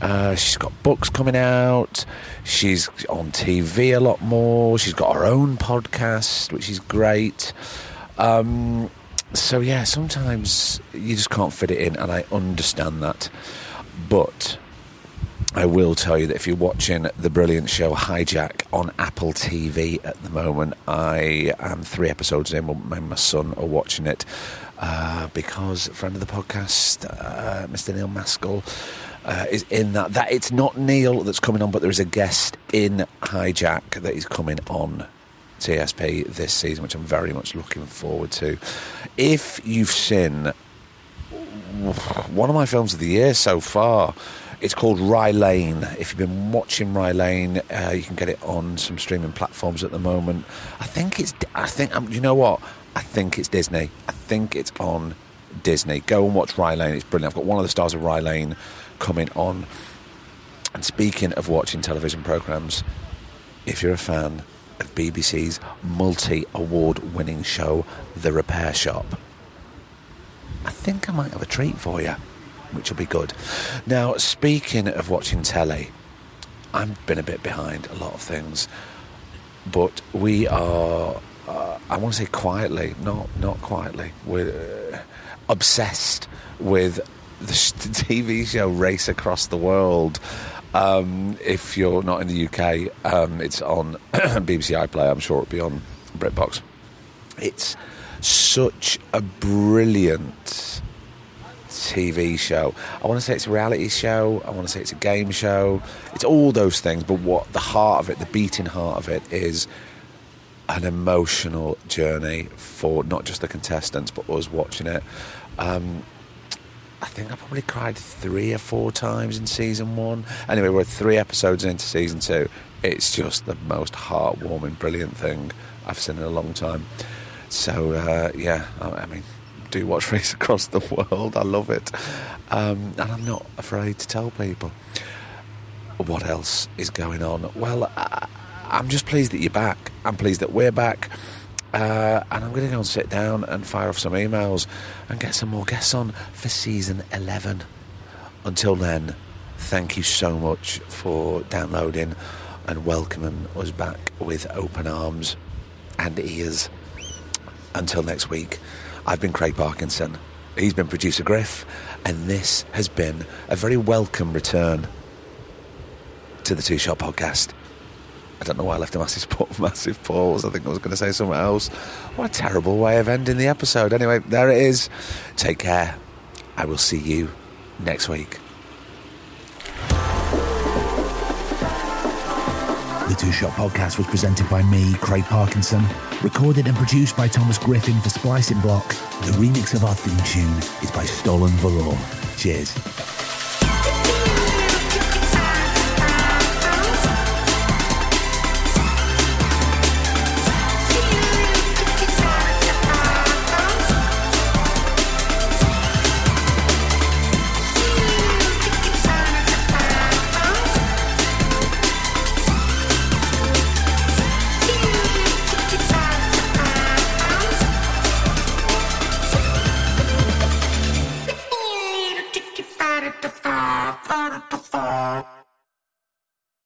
S1: Uh, she's got books coming out. She's on TV a lot more. She's got her own podcast, which is great. Um, so, yeah, sometimes you just can't fit it in, and I understand that. But I will tell you that if you're watching the brilliant show Hijack on Apple TV at the moment, I am three episodes in. Me and my son are watching it uh, because a friend of the podcast, uh, Mr. Neil Maskell, uh, is in that. That it's not Neil that's coming on, but there is a guest in Hijack that is coming on TSP this season, which I'm very much looking forward to. If you've seen one of my films of the year so far. It's called Rye Lane. If you've been watching Rye Lane, uh, you can get it on some streaming platforms at the moment. I think it's. I think um, you know what? I think it's Disney. I think it's on Disney. Go and watch Rye Lane. It's brilliant. I've got one of the stars of Rye Lane coming on. And speaking of watching television programs, if you're a fan of BBC's multi-award-winning show, The Repair Shop. I think I might have a treat for you, which will be good. Now, speaking of watching telly, I've been a bit behind a lot of things, but we are. Uh, I want to say quietly, not not quietly. We're uh, obsessed with the sh- the TV show Race Across the World. Um, if you're not in the UK, um, it's on BBC iPlayer. I'm sure it'll be on BritBox it's such a brilliant TV show. I want to say it's a reality show. I want to say it's a game show. It's all those things, but what the heart of it, the beating heart of it, is an emotional journey for not just the contestants, but us watching it. Um, I think I probably cried three or four times in season one. Anyway, we're three episodes into season two. It's just the most heartwarming, brilliant thing I've seen in a long time. So, uh, yeah, I, I mean, do watch Race Across the World. I love it. Um, and I'm not afraid to tell people what else is going on? Well, I, I'm just pleased that you're back. I'm pleased that we're back. Uh, and I'm going to go and sit down and fire off some emails and get some more guests on for season 11. Until then, thank you so much for downloading and welcoming us back with open arms and ears. Until next week, I've been Craig Parkinson. He's been producer Griff, and this has been a very welcome return to the Two Shot Podcast. I don't know why I left a massive pa- massive pause. I think I was going to say something else. What a terrible way of ending the episode. Anyway, there it is. Take care. I will see you next week.
S4: The Two Shot Podcast was presented by me, Craig Parkinson, recorded and produced by Thomas Griffin for Splicing Block. The remix of our theme tune is by Stolen Valor. Cheers.